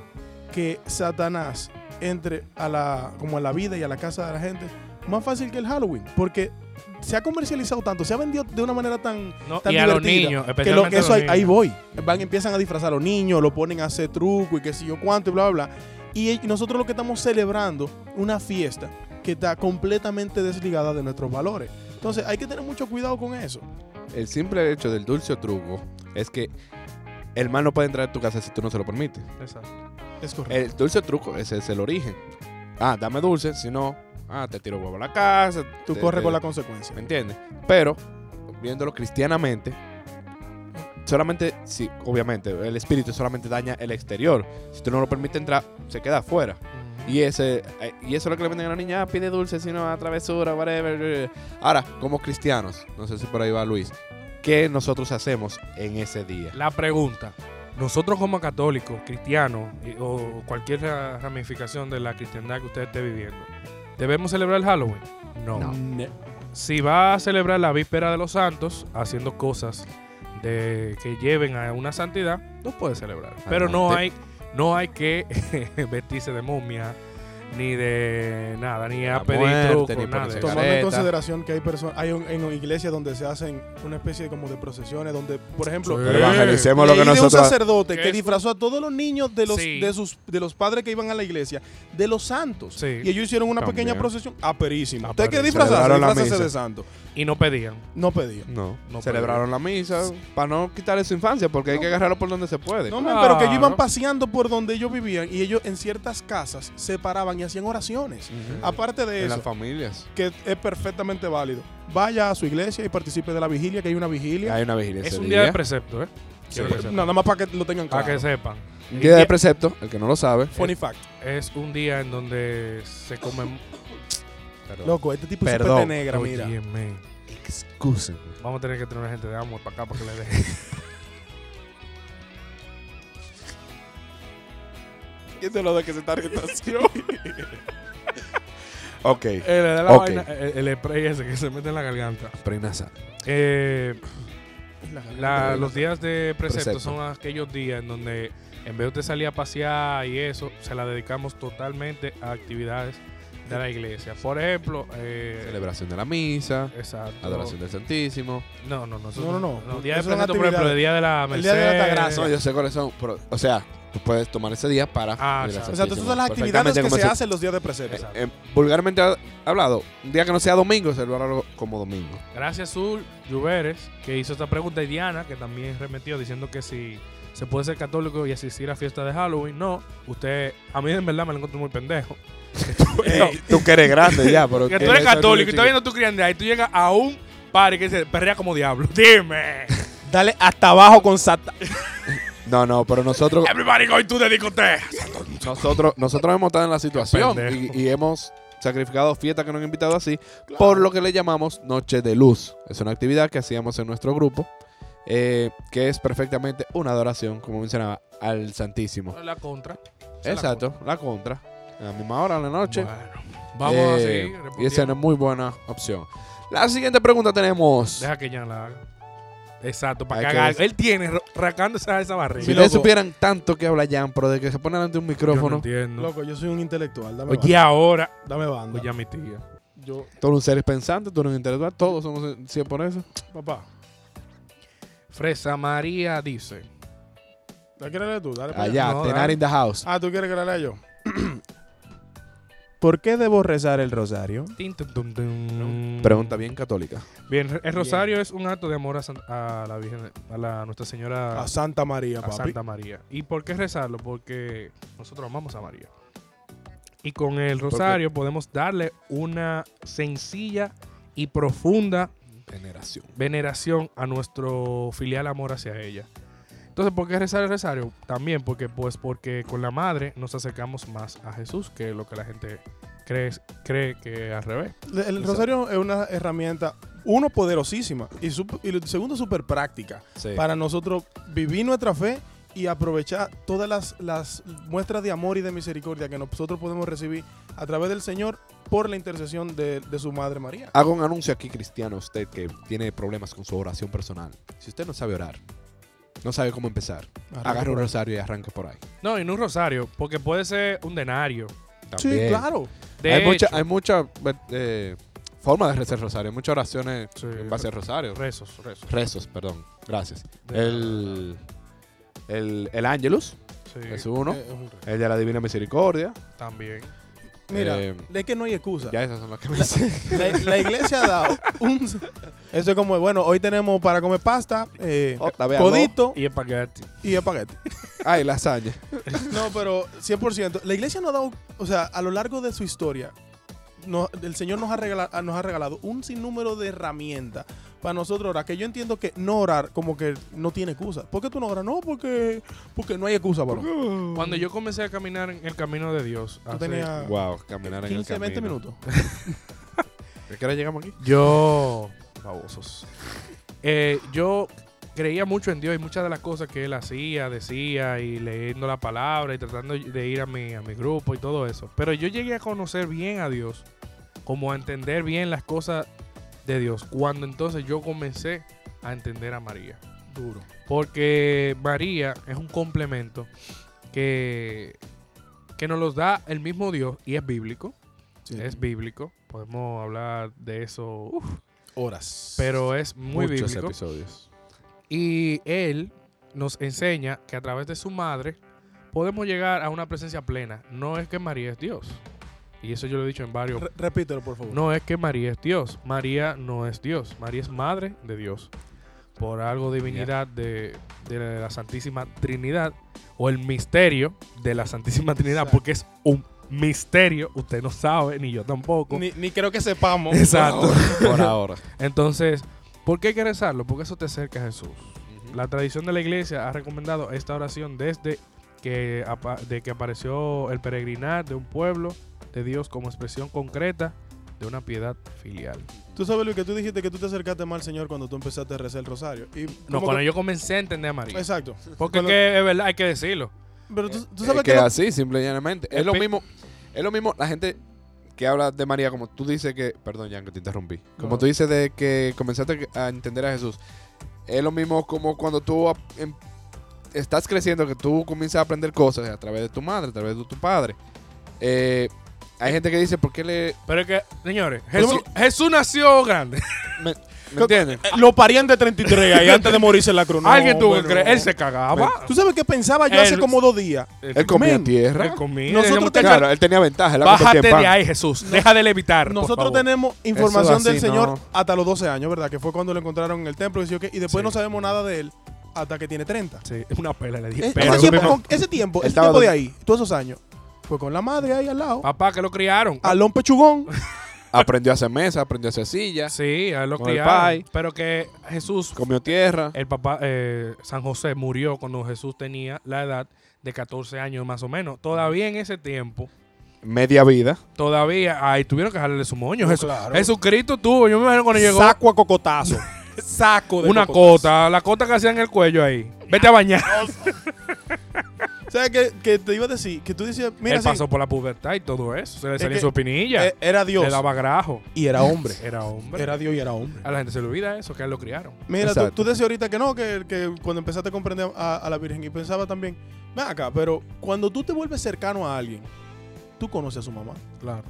Speaker 2: que Satanás entre a la, como a la vida y a la casa de la gente más fácil que el Halloween, porque se ha comercializado tanto, se ha vendido de una manera tan
Speaker 1: (laughs) No,
Speaker 2: tan
Speaker 1: y a los
Speaker 2: divertida,
Speaker 1: niños,
Speaker 2: que lo,
Speaker 1: especialmente
Speaker 2: eso
Speaker 1: a
Speaker 2: ahí,
Speaker 1: los
Speaker 2: ahí
Speaker 1: niños.
Speaker 2: voy. Van, empiezan a disfrazar a los niños, lo ponen a hacer truco y qué sé yo cuánto y bla, bla, bla. Y eh, nosotros lo que estamos celebrando, una fiesta que está completamente desligada de nuestros valores. Entonces hay que tener mucho cuidado con eso.
Speaker 4: ¿eh? El simple hecho del dulce o truco es que el mal no puede entrar a tu casa si tú no se lo permites.
Speaker 1: Exacto.
Speaker 2: Es correcto.
Speaker 4: El dulce o truco, ese es el origen. Ah, dame dulce, si no, ah, te tiro huevo a la casa.
Speaker 2: Eh, Tú
Speaker 4: te-
Speaker 1: Eh,
Speaker 2: corres
Speaker 4: te-
Speaker 2: con la consecuencia.
Speaker 4: ¿Me entiendes? Pero, viéndolo cristianamente, solamente, sí, obviamente, el espíritu solamente daña el exterior. Si tú no lo permites entrar, se queda afuera. Y, ese, eh, y eso es lo que le venden a la niña, ah, pide dulce, si no, a travesura, whatever. eh. Ahora, como cristianos, no sé si por ahí va Luis, ¿qué nosotros hacemos en ese día?
Speaker 1: La pregunta. Nosotros como católicos, cristianos y- o cualquier ra- ramificación de la cristiandad que usted esté viviendo, ¿debemos celebrar el Halloween? No.
Speaker 2: Ne-
Speaker 1: Si va a celebrar la víspera de los santos haciendo cosas de, que lleven a una santidad, no puede celebrar.
Speaker 4: Ah,
Speaker 1: Pero no hay,
Speaker 4: Adelante.
Speaker 1: no hay que (laughs) vestirse de momia, ni de nada, ni a
Speaker 4: La
Speaker 1: pedir
Speaker 4: muerte,
Speaker 1: truco,
Speaker 4: ni
Speaker 1: nada.
Speaker 4: ponerse
Speaker 1: de eso.
Speaker 2: Tomando en
Speaker 4: Careta.
Speaker 2: consideración que hay personas, hay un- en iglesias donde se hacen una especie de, como de procesiones, donde, por ejemplo,
Speaker 1: Sí.
Speaker 4: Pero evangelicemos lo
Speaker 2: Leí
Speaker 4: que
Speaker 2: de un
Speaker 4: nosotros...
Speaker 2: sacerdote
Speaker 1: que
Speaker 2: que
Speaker 1: es-
Speaker 2: disfrazó a todos los niños de los
Speaker 1: Sí.
Speaker 2: de sus de los padres que iban a la iglesia, de los santos.
Speaker 1: Sí.
Speaker 2: Y ellos hicieron una
Speaker 4: También.
Speaker 2: pequeña procesión. Aperísima.
Speaker 1: Ah,
Speaker 2: Usted quiere
Speaker 1: perísimo.
Speaker 2: disfrazarse,
Speaker 4: Celebraron la
Speaker 2: disfrazarse
Speaker 4: misa.
Speaker 2: de santo.
Speaker 1: Y no pedían.
Speaker 2: No pedía.
Speaker 4: No,
Speaker 1: No
Speaker 4: celebraron la misa para no quitarle su infancia, porque hay que agarrarlo por donde se puede.
Speaker 2: No, man, pero que ellos iban
Speaker 1: Claro.
Speaker 2: paseando por donde ellos vivían y ellos en ciertas casas se paraban y hacían oraciones.
Speaker 4: Ujú.
Speaker 1: Ah,
Speaker 2: Aparte de
Speaker 4: en las
Speaker 2: eso,
Speaker 4: familias.
Speaker 2: que es perfectamente válido. Vaya a su iglesia y participe de la vigilia, que hay una vigilia.
Speaker 4: Hay una vigilia.
Speaker 1: Es
Speaker 4: ese
Speaker 1: un día de precepto, ¿eh?
Speaker 4: Sí.
Speaker 1: Quiero que sepan.
Speaker 2: Nada más para que lo tengan
Speaker 1: Para que
Speaker 2: claro.
Speaker 1: sepan.
Speaker 4: Un día de precepto, el que no lo sabe.
Speaker 2: Funny fact.
Speaker 1: es un día en donde se come.
Speaker 2: Loco, este tipo es
Speaker 4: Perdón.
Speaker 2: súper negra, mira.
Speaker 1: Óyeme,
Speaker 4: Excusen.
Speaker 1: Vamos a tener que tener gente de amor para acá para que le deje.
Speaker 4: ¿Quién se lo da que se (laughs) tarjetación? ok.
Speaker 1: Eh, le da la
Speaker 4: Ok.
Speaker 1: vaina, eh, el, spray ese que se mete en la garganta.
Speaker 4: Prenasa.
Speaker 1: Eh, la-
Speaker 4: garganta.
Speaker 1: los días de precepto,
Speaker 4: Precepto.
Speaker 1: son aquellos días en donde en vez de usted salir a pasear y eso, se la dedicamos totalmente a actividades de la iglesia. Por ejemplo, eh,
Speaker 4: Celebración de la misa,
Speaker 1: Exacto.
Speaker 4: adoración del Santísimo.
Speaker 1: No, no, no. eso
Speaker 2: No, no, no.
Speaker 1: Día de
Speaker 2: Esas son
Speaker 1: precepto, por ejemplo,
Speaker 2: actividades.
Speaker 1: el día de la
Speaker 2: El
Speaker 1: Merced.
Speaker 2: día de la Altagracia.
Speaker 4: No, yo sé cuáles son. pero, o sea, tú puedes tomar ese día para.
Speaker 1: Ah,
Speaker 4: ir
Speaker 1: exacto.
Speaker 4: al
Speaker 2: O sea, esas
Speaker 4: Santísimo.
Speaker 2: son las actividades
Speaker 4: Perfectamente
Speaker 2: que
Speaker 4: como
Speaker 2: se hacen los días de precepto.
Speaker 1: Exacto.
Speaker 4: eh, vulgarmente ha- hablado, un día que no sea domingo, celebrarlo como domingo.
Speaker 1: Gracias, Zul Lluveres, que hizo esta pregunta. Y Diana, que también remetió diciendo que si se puede ser católico y asistir a fiesta de Halloween. No, usted, a mí en verdad me lo encuentro muy pendejo.
Speaker 4: Ey, tú que eres grande ya, pero.
Speaker 1: que tú
Speaker 4: tienes
Speaker 1: eres
Speaker 4: esa
Speaker 1: católico y
Speaker 4: chica.
Speaker 1: estás viendo tu criandad y tú llegas a un party que se perrea como diablo.
Speaker 4: (laughs)
Speaker 1: Dime,
Speaker 2: eh, Dale hasta abajo con Satan.
Speaker 4: No, no, pero nosotros,
Speaker 1: everybody going to the discoteca.
Speaker 4: nosotros, nosotros hemos estado en la situación y,
Speaker 1: pendejo.
Speaker 4: y hemos sacrificado fiestas que nos han invitado así por lo que le llamamos Noche de Luz. Es una actividad que hacíamos en nuestro grupo, eh, que es perfectamente una adoración, como mencionaba, al Santísimo.
Speaker 1: La contra. Esa es la
Speaker 4: Exacto, la contra. A la misma hora, en la noche.
Speaker 1: Bueno, vamos a
Speaker 4: Eh,
Speaker 1: seguir.
Speaker 4: Y esa
Speaker 1: respondiendo.
Speaker 4: es muy buena opción. La siguiente pregunta tenemos.
Speaker 1: Deja que ya la haga. Exacto, para
Speaker 4: Hay que
Speaker 1: cagar.
Speaker 4: decir-
Speaker 1: Él tiene ro- rascando esa, esa barriga.
Speaker 4: Si
Speaker 2: loco.
Speaker 4: ustedes supieran tanto que habla Jan, pero de que se pone delante de un
Speaker 1: Yo no
Speaker 4: micrófono,
Speaker 1: entiendo.
Speaker 2: Loco, yo soy un intelectual. Dame
Speaker 1: Oye, ahora.
Speaker 2: banda. Dame banda.
Speaker 1: Oye, mi tía.
Speaker 2: Yo,
Speaker 4: tú eres un ser pensante, tú eres un intelectual, todos somos eh, si por eso.
Speaker 2: papá,
Speaker 1: Fresa María dice.
Speaker 2: ¿la quieres leer tú? Dale para allá.
Speaker 4: Allá,
Speaker 1: pues, no,
Speaker 4: Tenar
Speaker 1: dale.
Speaker 4: in the house.
Speaker 2: Ah, ¿tú quieres que la lea yo? (clears throat) ¿Por qué debo rezar el rosario?
Speaker 1: tin, tum, tum, tum.
Speaker 4: Pregunta bien católica.
Speaker 1: Bien, el rosario es un acto de amor a, San- a la Virgen, a la Nuestra
Speaker 4: Ah,
Speaker 1: Señora,
Speaker 2: A Santa María,
Speaker 1: a
Speaker 2: papi.
Speaker 1: Santa María. ¿Y por qué rezarlo? Porque nosotros amamos a María. Y con el rosario podemos darle una sencilla y profunda
Speaker 4: Veneración.
Speaker 1: veneración a nuestro filial amor hacia ella. Entonces, ¿por qué rezar el rosario? También porque, pues, porque con la madre nos acercamos más a Jesús que lo que la gente cree, cree que al revés.
Speaker 2: El rosario es una herramienta, uno, poderosísima y, sup- y lo- segundo, súper práctica
Speaker 4: Sí.
Speaker 2: para nosotros vivir nuestra fe y aprovechar todas las, las muestras de amor y de misericordia que nosotros podemos recibir a través del Señor por la intercesión de, de su Madre María.
Speaker 4: Hago un anuncio aquí, cristiano, a usted que tiene problemas con su oración personal. Si usted no sabe orar, no sabe cómo empezar, agarre un rosario y arranque por ahí.
Speaker 1: No, y no un rosario, porque puede ser un denario.
Speaker 2: Sí,
Speaker 4: También.
Speaker 2: claro.
Speaker 1: De
Speaker 4: hay, mucha,
Speaker 1: hecho,
Speaker 4: hay mucha eh, forma de rezar rosario. Hay muchas oraciones
Speaker 1: Sí.
Speaker 4: para hacer rosario.
Speaker 1: rezos, rezos.
Speaker 4: Rezos, perdón. Gracias.
Speaker 1: De-
Speaker 4: El, el, el Angelus
Speaker 1: Sí,
Speaker 4: es uno.
Speaker 2: Eh, es un re-
Speaker 4: El de la Divina Misericordia.
Speaker 1: también.
Speaker 2: Mira,
Speaker 4: Eh,
Speaker 2: es que no hay excusa.
Speaker 4: Ya esas son las que (laughs) me sé.
Speaker 2: La, la iglesia ha dado
Speaker 4: (laughs)
Speaker 2: un... Eso es como, bueno, hoy tenemos para comer pasta, eh,
Speaker 4: Otra vez,
Speaker 2: codito
Speaker 1: Y espagueti.
Speaker 2: y espagueti.
Speaker 4: amor. Ay, lasaña.
Speaker 2: No, pero 100%. La iglesia nos ha dado, o sea, a lo largo de su historia, no- el Señor nos ha, regala- nos ha regalado un sinnúmero de herramientas para nosotros orar. Que yo entiendo que no orar como que no tiene excusa. ¿Por qué tú no oras? No, porque, porque no hay excusa, bro.
Speaker 1: Cuando yo comencé a caminar en el camino de Dios,
Speaker 2: Tú
Speaker 1: hace-
Speaker 2: tenías
Speaker 4: Wow, caminar en el
Speaker 2: 15,
Speaker 4: camino.
Speaker 2: 20 minutos.
Speaker 4: ¿De qué hora llegamos aquí?
Speaker 1: yo. Babosos. Eh, yo creía mucho en Dios y muchas de las cosas que él hacía, decía y leyendo la palabra y tratando de ir a mi, a mi grupo y todo eso. Pero yo llegué a conocer bien a Dios, como a entender bien las cosas de Dios, cuando entonces yo comencé a entender a María.
Speaker 2: Duro.
Speaker 1: Porque María es un complemento que, que nos los da el mismo Dios y es bíblico.
Speaker 2: Sí.
Speaker 1: Es bíblico. Podemos hablar de eso, uf,
Speaker 2: Horas.
Speaker 1: pero es muy
Speaker 4: Muchos
Speaker 1: bíblico.
Speaker 4: episodios.
Speaker 1: Y Él nos enseña que a través de su madre podemos llegar a una presencia plena. No es que María es Dios. Y eso yo lo he dicho en varios.
Speaker 2: Re- repítelo, por favor.
Speaker 1: No es que María es Dios. María no es Dios. María es madre de Dios. Por algo divinidad de, de la Santísima Trinidad. O el misterio de la Santísima Trinidad.
Speaker 2: Exacto.
Speaker 1: Porque es un misterio. Usted no sabe, ni yo tampoco.
Speaker 2: Ni, ni creo que sepamos.
Speaker 1: Exacto.
Speaker 4: Por ahora.
Speaker 1: Entonces, ¿por qué hay que rezarlo? Porque eso te acerca a Jesús. La tradición de la iglesia ha recomendado esta oración desde que, apa- de que apareció el peregrinar de un pueblo de Dios como expresión concreta de una piedad filial.
Speaker 2: Tú sabes, Luis, que tú dijiste que tú te acercaste mal al Señor cuando tú empezaste a rezar el rosario. Y
Speaker 1: No,
Speaker 2: como
Speaker 1: cuando
Speaker 2: que-
Speaker 1: yo comencé a entender a María.
Speaker 2: Exacto.
Speaker 1: Porque
Speaker 2: cuando-
Speaker 1: que es verdad, hay que decirlo.
Speaker 2: Pero tú, tú
Speaker 4: Eh,
Speaker 2: sabes
Speaker 4: que,
Speaker 2: que... lo-
Speaker 4: así, simple y llanamente. Es lo
Speaker 1: Espe-
Speaker 4: mismo. Es lo mismo la gente que habla de María, como tú dices que. Perdón, Jan, que te interrumpí. Como
Speaker 2: No.
Speaker 4: tú dices de que comenzaste a entender a Jesús. Es lo mismo como cuando tú ap- em- estás creciendo, que tú comienzas a aprender cosas a través de tu madre, a través de tu padre. Eh, hay gente que dice, ¿por qué le.?
Speaker 1: Pero es que, señores, Jesús, Jesús nació
Speaker 2: (laughs)
Speaker 1: grande.
Speaker 4: ¿Me, ¿me entiendes?
Speaker 2: Eh, Los parientes 33 Eh, ahí antes de morirse en la cruz.
Speaker 1: (laughs)
Speaker 2: No,
Speaker 1: Alguien tuvo que
Speaker 2: pero-
Speaker 1: creer. Él se cagaba.
Speaker 2: ¿Tú sabes qué pensaba yo hace
Speaker 1: Él-
Speaker 2: como dos días?
Speaker 4: Él comía
Speaker 2: Men,
Speaker 4: tierra.
Speaker 1: Él comía.
Speaker 2: Nosotros
Speaker 1: Nosotros
Speaker 2: tenemos-
Speaker 4: Claro, él tenía ventaja. él la
Speaker 1: Bájate
Speaker 4: convertía en
Speaker 1: de
Speaker 4: pan.
Speaker 1: ahí, Jesús. Deja de levitar. por
Speaker 2: Nosotros
Speaker 1: favor.
Speaker 2: tenemos información
Speaker 4: así
Speaker 2: del Señor
Speaker 4: no.
Speaker 2: hasta los 12 años, ¿verdad? Que fue cuando lo encontraron en el templo y, yo que- y después
Speaker 1: Sí.
Speaker 2: no sabemos nada de él hasta que tiene 30.
Speaker 1: Sí, es una pela le
Speaker 2: Eh,
Speaker 1: dije.
Speaker 4: pero-
Speaker 2: ese, tiempo, con- ese tiempo,
Speaker 4: Él
Speaker 2: ese
Speaker 4: estaba
Speaker 2: tiempo de
Speaker 4: dorm-
Speaker 2: ahí, todos esos años, fue con la madre ahí al lado,
Speaker 1: Papá, que lo criaron.
Speaker 2: Alón Pechugón.
Speaker 4: Aprendió a hacer mesa, aprendió a hacer silla,
Speaker 1: Sí, a él lo
Speaker 4: Con el
Speaker 1: criaron.
Speaker 4: pai.
Speaker 1: Pero que Jesús,
Speaker 4: comió tierra.
Speaker 1: el papá, eh, San José murió cuando Jesús tenía la edad de 14 años más o menos. Todavía en ese tiempo,
Speaker 4: media vida.
Speaker 1: todavía, ahí tuvieron que jalarle su moño.
Speaker 2: No,
Speaker 1: Jesu-
Speaker 2: claro.
Speaker 1: Jesucristo tuvo, yo me imagino cuando llegó
Speaker 2: Saco a cocotazo. (laughs) Saco de
Speaker 1: una
Speaker 2: cocotazo.
Speaker 1: cota, la cota que hacía en el cuello ahí. Vete a bañar.
Speaker 2: O ¿Sabes qué, que te iba a decir? Que tú decías, mira,
Speaker 1: él
Speaker 2: sí,
Speaker 1: pasó por la pubertad y todo eso. Se le
Speaker 2: Es
Speaker 1: salió
Speaker 2: que-
Speaker 1: su pinilla.
Speaker 2: eh, era Dios.
Speaker 1: le daba grajo.
Speaker 2: Y era hombre.
Speaker 1: Era hombre.
Speaker 2: Era Dios y era hombre.
Speaker 1: A la gente se le olvida eso, que a él lo criaron.
Speaker 2: Mira, tú,
Speaker 4: Exacto.
Speaker 2: tú decías ahorita que no, que, que cuando empezaste a comprender a, a la Virgen y pensaba también, ven acá, pero cuando tú te vuelves cercano a alguien, tú conoces a su mamá.
Speaker 1: Claro.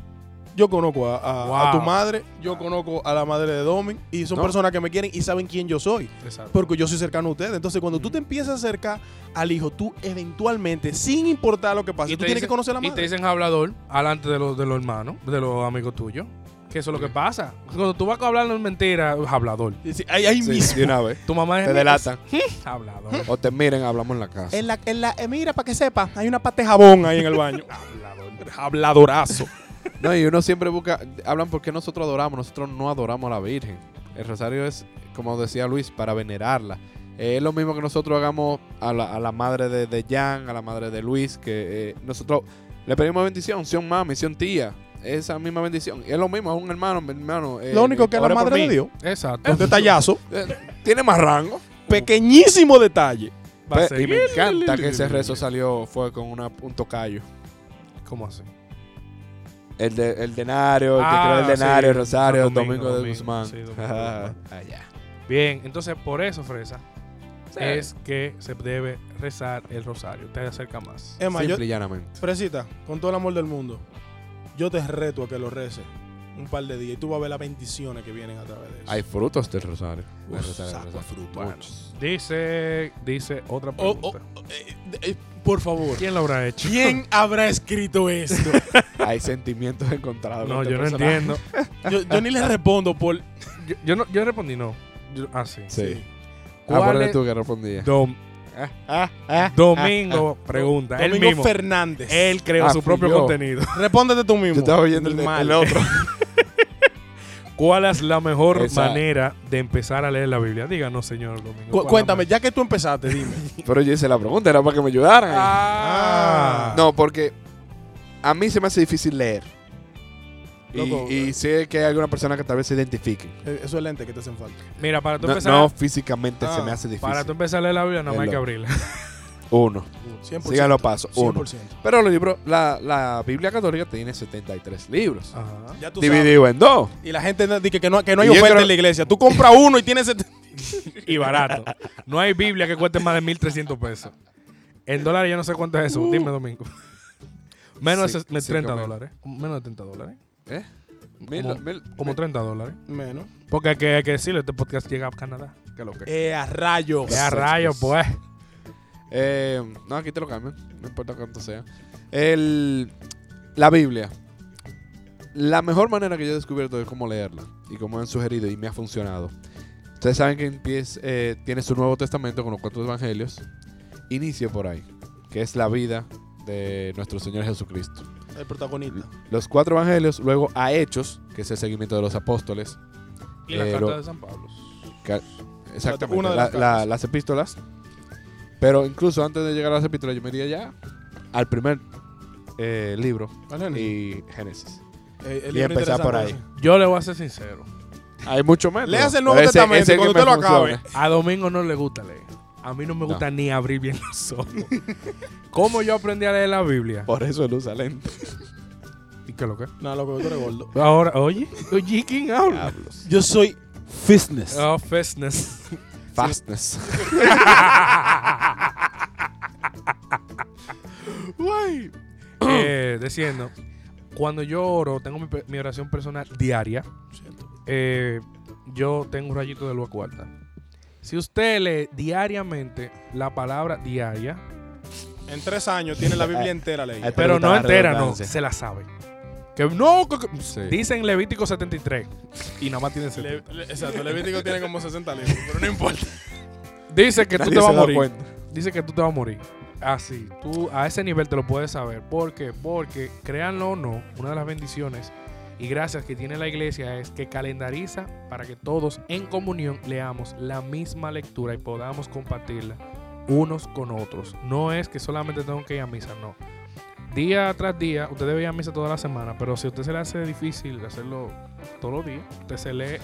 Speaker 2: Yo conozco a, a- a
Speaker 1: Wow.
Speaker 2: tu madre, yo conozco a la madre de Domin, y son
Speaker 4: No.
Speaker 2: personas que me quieren y saben quién yo soy,
Speaker 1: Exacto.
Speaker 2: porque yo soy cercano a ustedes. Entonces, cuando
Speaker 1: Mm.
Speaker 2: tú te empiezas a acercar al hijo, tú eventualmente, sin importar lo que pase, tú
Speaker 1: te
Speaker 2: tienes
Speaker 1: dicen-
Speaker 2: que conocer a la
Speaker 1: Y te
Speaker 2: madre.
Speaker 1: dicen hablador alante de los, de los hermanos, de los amigos tuyos. Que eso es lo que pasa. Cuando tú vas a hablar no es mentira, hablador.
Speaker 2: Y sí, ahí, ahí
Speaker 1: (laughs)
Speaker 4: Sí,
Speaker 2: mismo.
Speaker 4: de
Speaker 2: (laughs)
Speaker 4: una vez.
Speaker 1: Tu mamá es
Speaker 4: Te delatan.
Speaker 1: (laughs) hablador.
Speaker 4: O te miren, hablamos en la casa.
Speaker 2: En la, en la- eh, mira, para que sepa, hay una pata de jabón ahí en
Speaker 1: (laughs)
Speaker 2: el baño. Habladorazo.
Speaker 4: No, y uno siempre busca. Hablan porque nosotros adoramos. Nosotros no adoramos a la Virgen. El rosario es, como decía Luis, para venerarla. Eh, es lo mismo que nosotros hagamos a la, a la madre de, de Jan, a la madre de Luis, que eh, nosotros le pedimos bendición, Sion mami, Sion tía. Esa misma bendición. Es lo mismo, es un hermano, mi hermano.
Speaker 2: (laughs)
Speaker 4: eh,
Speaker 2: Lo único que la
Speaker 4: ore por
Speaker 2: madre
Speaker 4: mí.
Speaker 2: de Dios,
Speaker 1: Exacto. (laughs)
Speaker 2: un detallazo, (laughs)
Speaker 4: Eh, Tiene más rango.
Speaker 2: pequeñísimo detalle.
Speaker 1: Va a
Speaker 4: Pe- Y
Speaker 1: seguir.
Speaker 4: me encanta que ese
Speaker 1: (laughs)
Speaker 4: rezo salió, fue con una, un tocayo.
Speaker 1: ¿Cómo así?
Speaker 4: El, de, el denario, el que
Speaker 1: Ah,
Speaker 4: creó el denario,
Speaker 1: sí.
Speaker 4: el rosario,
Speaker 1: Santo Domingo,
Speaker 4: Domingo, de
Speaker 1: Domingo,
Speaker 4: Guzmán.
Speaker 1: sí,
Speaker 4: (laughs)
Speaker 1: Domingo de
Speaker 4: Ah,
Speaker 1: Guzmán.
Speaker 4: allá.
Speaker 1: Bien, entonces por eso, Fresa,
Speaker 4: Sí.
Speaker 1: es que se debe rezar el rosario. Te acerca más.
Speaker 2: Emma, yo,
Speaker 4: Simple y llanamente.
Speaker 2: Fresita, con todo el amor del mundo, yo te reto a que lo reces un par de días y tú vas a ver las bendiciones que vienen a través de eso.
Speaker 4: Hay frutos del rosario. Del
Speaker 2: Uf,
Speaker 4: rosario, del
Speaker 2: saco
Speaker 4: rosario.
Speaker 2: fruto.
Speaker 4: Muchos.
Speaker 1: Dice, dice otra
Speaker 2: Oh,
Speaker 1: pregunta.
Speaker 2: oh, oh, eh, eh, por favor,
Speaker 1: ¿Quién lo habrá hecho?
Speaker 2: ¿quién habrá escrito esto?
Speaker 4: Hay sentimientos encontrados.
Speaker 1: No,
Speaker 4: con
Speaker 1: yo
Speaker 4: este
Speaker 1: no
Speaker 4: personaje.
Speaker 1: entiendo.
Speaker 2: Yo, yo ni le respondo por...
Speaker 1: Yo, yo no, yo respondí no. Yo- ah, sí.
Speaker 4: (laughs) Sí.
Speaker 1: ¿Cuál
Speaker 4: Acuérdate
Speaker 1: es-
Speaker 4: tú que Ah, respondía.
Speaker 1: Dom- Domingo pregunta. él
Speaker 2: Domingo
Speaker 1: mismo.
Speaker 2: Fernández.
Speaker 1: él creó
Speaker 4: Ah,
Speaker 1: su
Speaker 4: fui
Speaker 1: propio
Speaker 4: yo.
Speaker 1: contenido. (laughs)
Speaker 2: Respóndete tú mismo.
Speaker 4: Yo estaba oyendo el, de-
Speaker 2: Mal. (laughs)
Speaker 4: el otro.
Speaker 1: ¿Cuál es la mejor
Speaker 4: Esa-
Speaker 1: manera de empezar a leer la Biblia? Díganos, señor Domingo.
Speaker 2: Cu-
Speaker 1: ¿cuál
Speaker 2: cuéntame,
Speaker 1: es
Speaker 2: ya que tú empezaste, dime.
Speaker 4: Pero yo hice la pregunta, era para que me ayudaran.
Speaker 1: la mejor?
Speaker 2: Ah.
Speaker 4: No, porque a mí se me hace difícil leer. Y,
Speaker 2: Loco,
Speaker 4: y
Speaker 2: eh.
Speaker 4: sé que hay algunas personas que tal vez se identifiquen.
Speaker 2: Eh, (laughs) Eso es lente que te hacen falta.
Speaker 1: Mira, para tú
Speaker 4: No,
Speaker 1: empezar,
Speaker 4: no físicamente se
Speaker 2: Ah,
Speaker 4: me hace difícil.
Speaker 1: para tú empezar a leer la Biblia, nada más hay que abrirla.
Speaker 4: Uno.
Speaker 2: 100%.
Speaker 4: Sigan los pasos. Uno.
Speaker 2: 100%.
Speaker 4: Pero los libros, la, la Biblia católica tiene 73 libros.
Speaker 1: Ajá.
Speaker 2: Ya tú sabes.
Speaker 4: Dividido en dos.
Speaker 2: Y la gente no- dice que no, que no hay
Speaker 4: Y yo
Speaker 2: oferta
Speaker 4: creo-
Speaker 2: en la iglesia. Tú
Speaker 4: (laughs)
Speaker 2: compras uno y tienes... ese-
Speaker 1: (laughs) y barato. No hay Biblia que cueste más de 1.300 pesos. En dólares yo no sé cuánto es eso. Dime, Domingo. Menos
Speaker 4: Sí,
Speaker 1: de ses- de
Speaker 4: sí,
Speaker 1: 30
Speaker 4: como-
Speaker 1: dólares. Menos de 30 dólares.
Speaker 4: ¿Eh? Mil-
Speaker 1: Como-
Speaker 4: mil-
Speaker 1: Como 30 dólares.
Speaker 2: Menos.
Speaker 1: Porque hay que, hay que decirlo, este podcast llega a Canadá.
Speaker 4: ¿Qué lo que?
Speaker 2: Eh, a rayos.
Speaker 1: Ya rayo, pues.
Speaker 4: Eh, no, aquí te lo cambian. No importa cuánto sea. El, la Biblia. La mejor manera que yo he descubierto es cómo leerla y cómo han sugerido y me ha funcionado. Ustedes saben que empieza, eh, tiene su Nuevo Testamento con los cuatro evangelios. Inicio por ahí, que es la vida de nuestro Señor Jesucristo.
Speaker 2: El protagonista.
Speaker 4: Los cuatro evangelios, luego a Hechos, que es el seguimiento de los apóstoles.
Speaker 1: Y la
Speaker 4: Pero-
Speaker 1: carta de San Pablo.
Speaker 4: Ca- Exactamente.
Speaker 2: Una de
Speaker 4: la-
Speaker 2: las
Speaker 4: la-
Speaker 2: cartas.
Speaker 4: las epístolas. Pero incluso antes de llegar a las epístolas, yo me iría ya al primer eh, libro y Génesis.
Speaker 2: Eh, el
Speaker 4: y
Speaker 2: libro
Speaker 4: empezar por
Speaker 2: interesante.
Speaker 1: Yo le voy a ser sincero.
Speaker 4: (laughs) Hay mucho menos.
Speaker 2: Léase el
Speaker 4: Pero
Speaker 2: Nuevo
Speaker 4: ese-
Speaker 2: Testamento
Speaker 4: ese es el
Speaker 2: cuando
Speaker 4: que
Speaker 2: usted
Speaker 4: me
Speaker 2: lo acabe.
Speaker 4: funciona.
Speaker 1: A Domingo no le gusta leer. A mí no me gusta ni abrir bien los ojos. ¿Cómo yo aprendí a leer la Biblia?
Speaker 4: Por eso él usa lente.
Speaker 1: ¿Y qué es lo que?
Speaker 2: No, loco, tú eres gordo.
Speaker 1: Ahora, oye, oye, ¿quién habla?
Speaker 2: Yo soy fitness.
Speaker 1: Oh, fitness. (clears throat)
Speaker 4: Fastness.
Speaker 1: Guay. Eh, diciendo, cuando yo oro, tengo mi, pe- mi oración personal diaria. eh, yo tengo un rayito de luz cuarta. Si usted lee diariamente la palabra diaria,
Speaker 2: En tres años tiene la
Speaker 4: (laughs)
Speaker 2: Biblia entera leída.
Speaker 4: Te
Speaker 1: pero
Speaker 4: gusta
Speaker 1: no
Speaker 4: la
Speaker 1: entera, no,
Speaker 4: redundancia.
Speaker 1: se la sabe. Que no, que- que-
Speaker 4: Sí.
Speaker 1: dicen Levítico 73 y nada más tiene 70.
Speaker 2: exacto, Levítico tiene como 60 libros, pero no importa.
Speaker 1: Dice que tú
Speaker 4: Nadie
Speaker 1: te vas
Speaker 4: se
Speaker 1: a
Speaker 4: da
Speaker 1: morir.
Speaker 4: cuenta.
Speaker 1: dice que tú te vas a morir. Así, tú a ese nivel te lo puedes saber. ¿Por qué? Porque, créanlo o no, una de las bendiciones y gracias que tiene la iglesia es que calendariza para que todos en comunión leamos la misma lectura y podamos compartirla unos con otros. No es que solamente tengo que ir a misa, no. Día tras día, usted debe ir a misa toda la semana, pero si a usted se le hace difícil hacerlo todos los días, usted se lee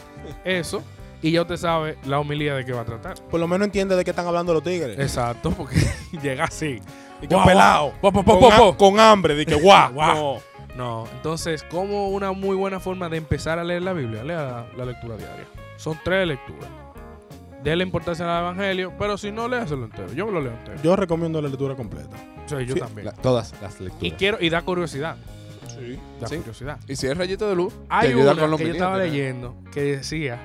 Speaker 1: eso y ya usted sabe la homilía de qué va a tratar.
Speaker 2: Por lo menos entiende de qué están hablando los tigres.
Speaker 1: Exacto, porque (laughs) llega así.
Speaker 2: Y que
Speaker 1: Guau,
Speaker 2: pelado.
Speaker 1: guau, guau, guau,
Speaker 2: con,
Speaker 1: guau,
Speaker 2: ha-
Speaker 1: guau.
Speaker 2: con hambre. (laughs) De que guau.
Speaker 1: Guau.
Speaker 2: no.
Speaker 1: No, entonces, como una muy buena forma de empezar a leer la Biblia? Lea la, la lectura diaria. Son tres lecturas. De la importancia al Evangelio, pero si no, léaselo entero. Yo me lo leo entero.
Speaker 2: Yo recomiendo la lectura completa.
Speaker 1: Sí, yo
Speaker 2: sí,
Speaker 1: también.
Speaker 4: La- todas las
Speaker 1: Y
Speaker 4: lecturas.
Speaker 1: quiero, y da curiosidad.
Speaker 2: Sí.
Speaker 1: Da
Speaker 4: Sí.
Speaker 1: curiosidad.
Speaker 4: Y si es rayito de luz,
Speaker 1: Hay
Speaker 4: te ayuda
Speaker 1: una
Speaker 4: con los
Speaker 1: que yo estaba
Speaker 4: minions, ¿verdad?
Speaker 1: leyendo que decía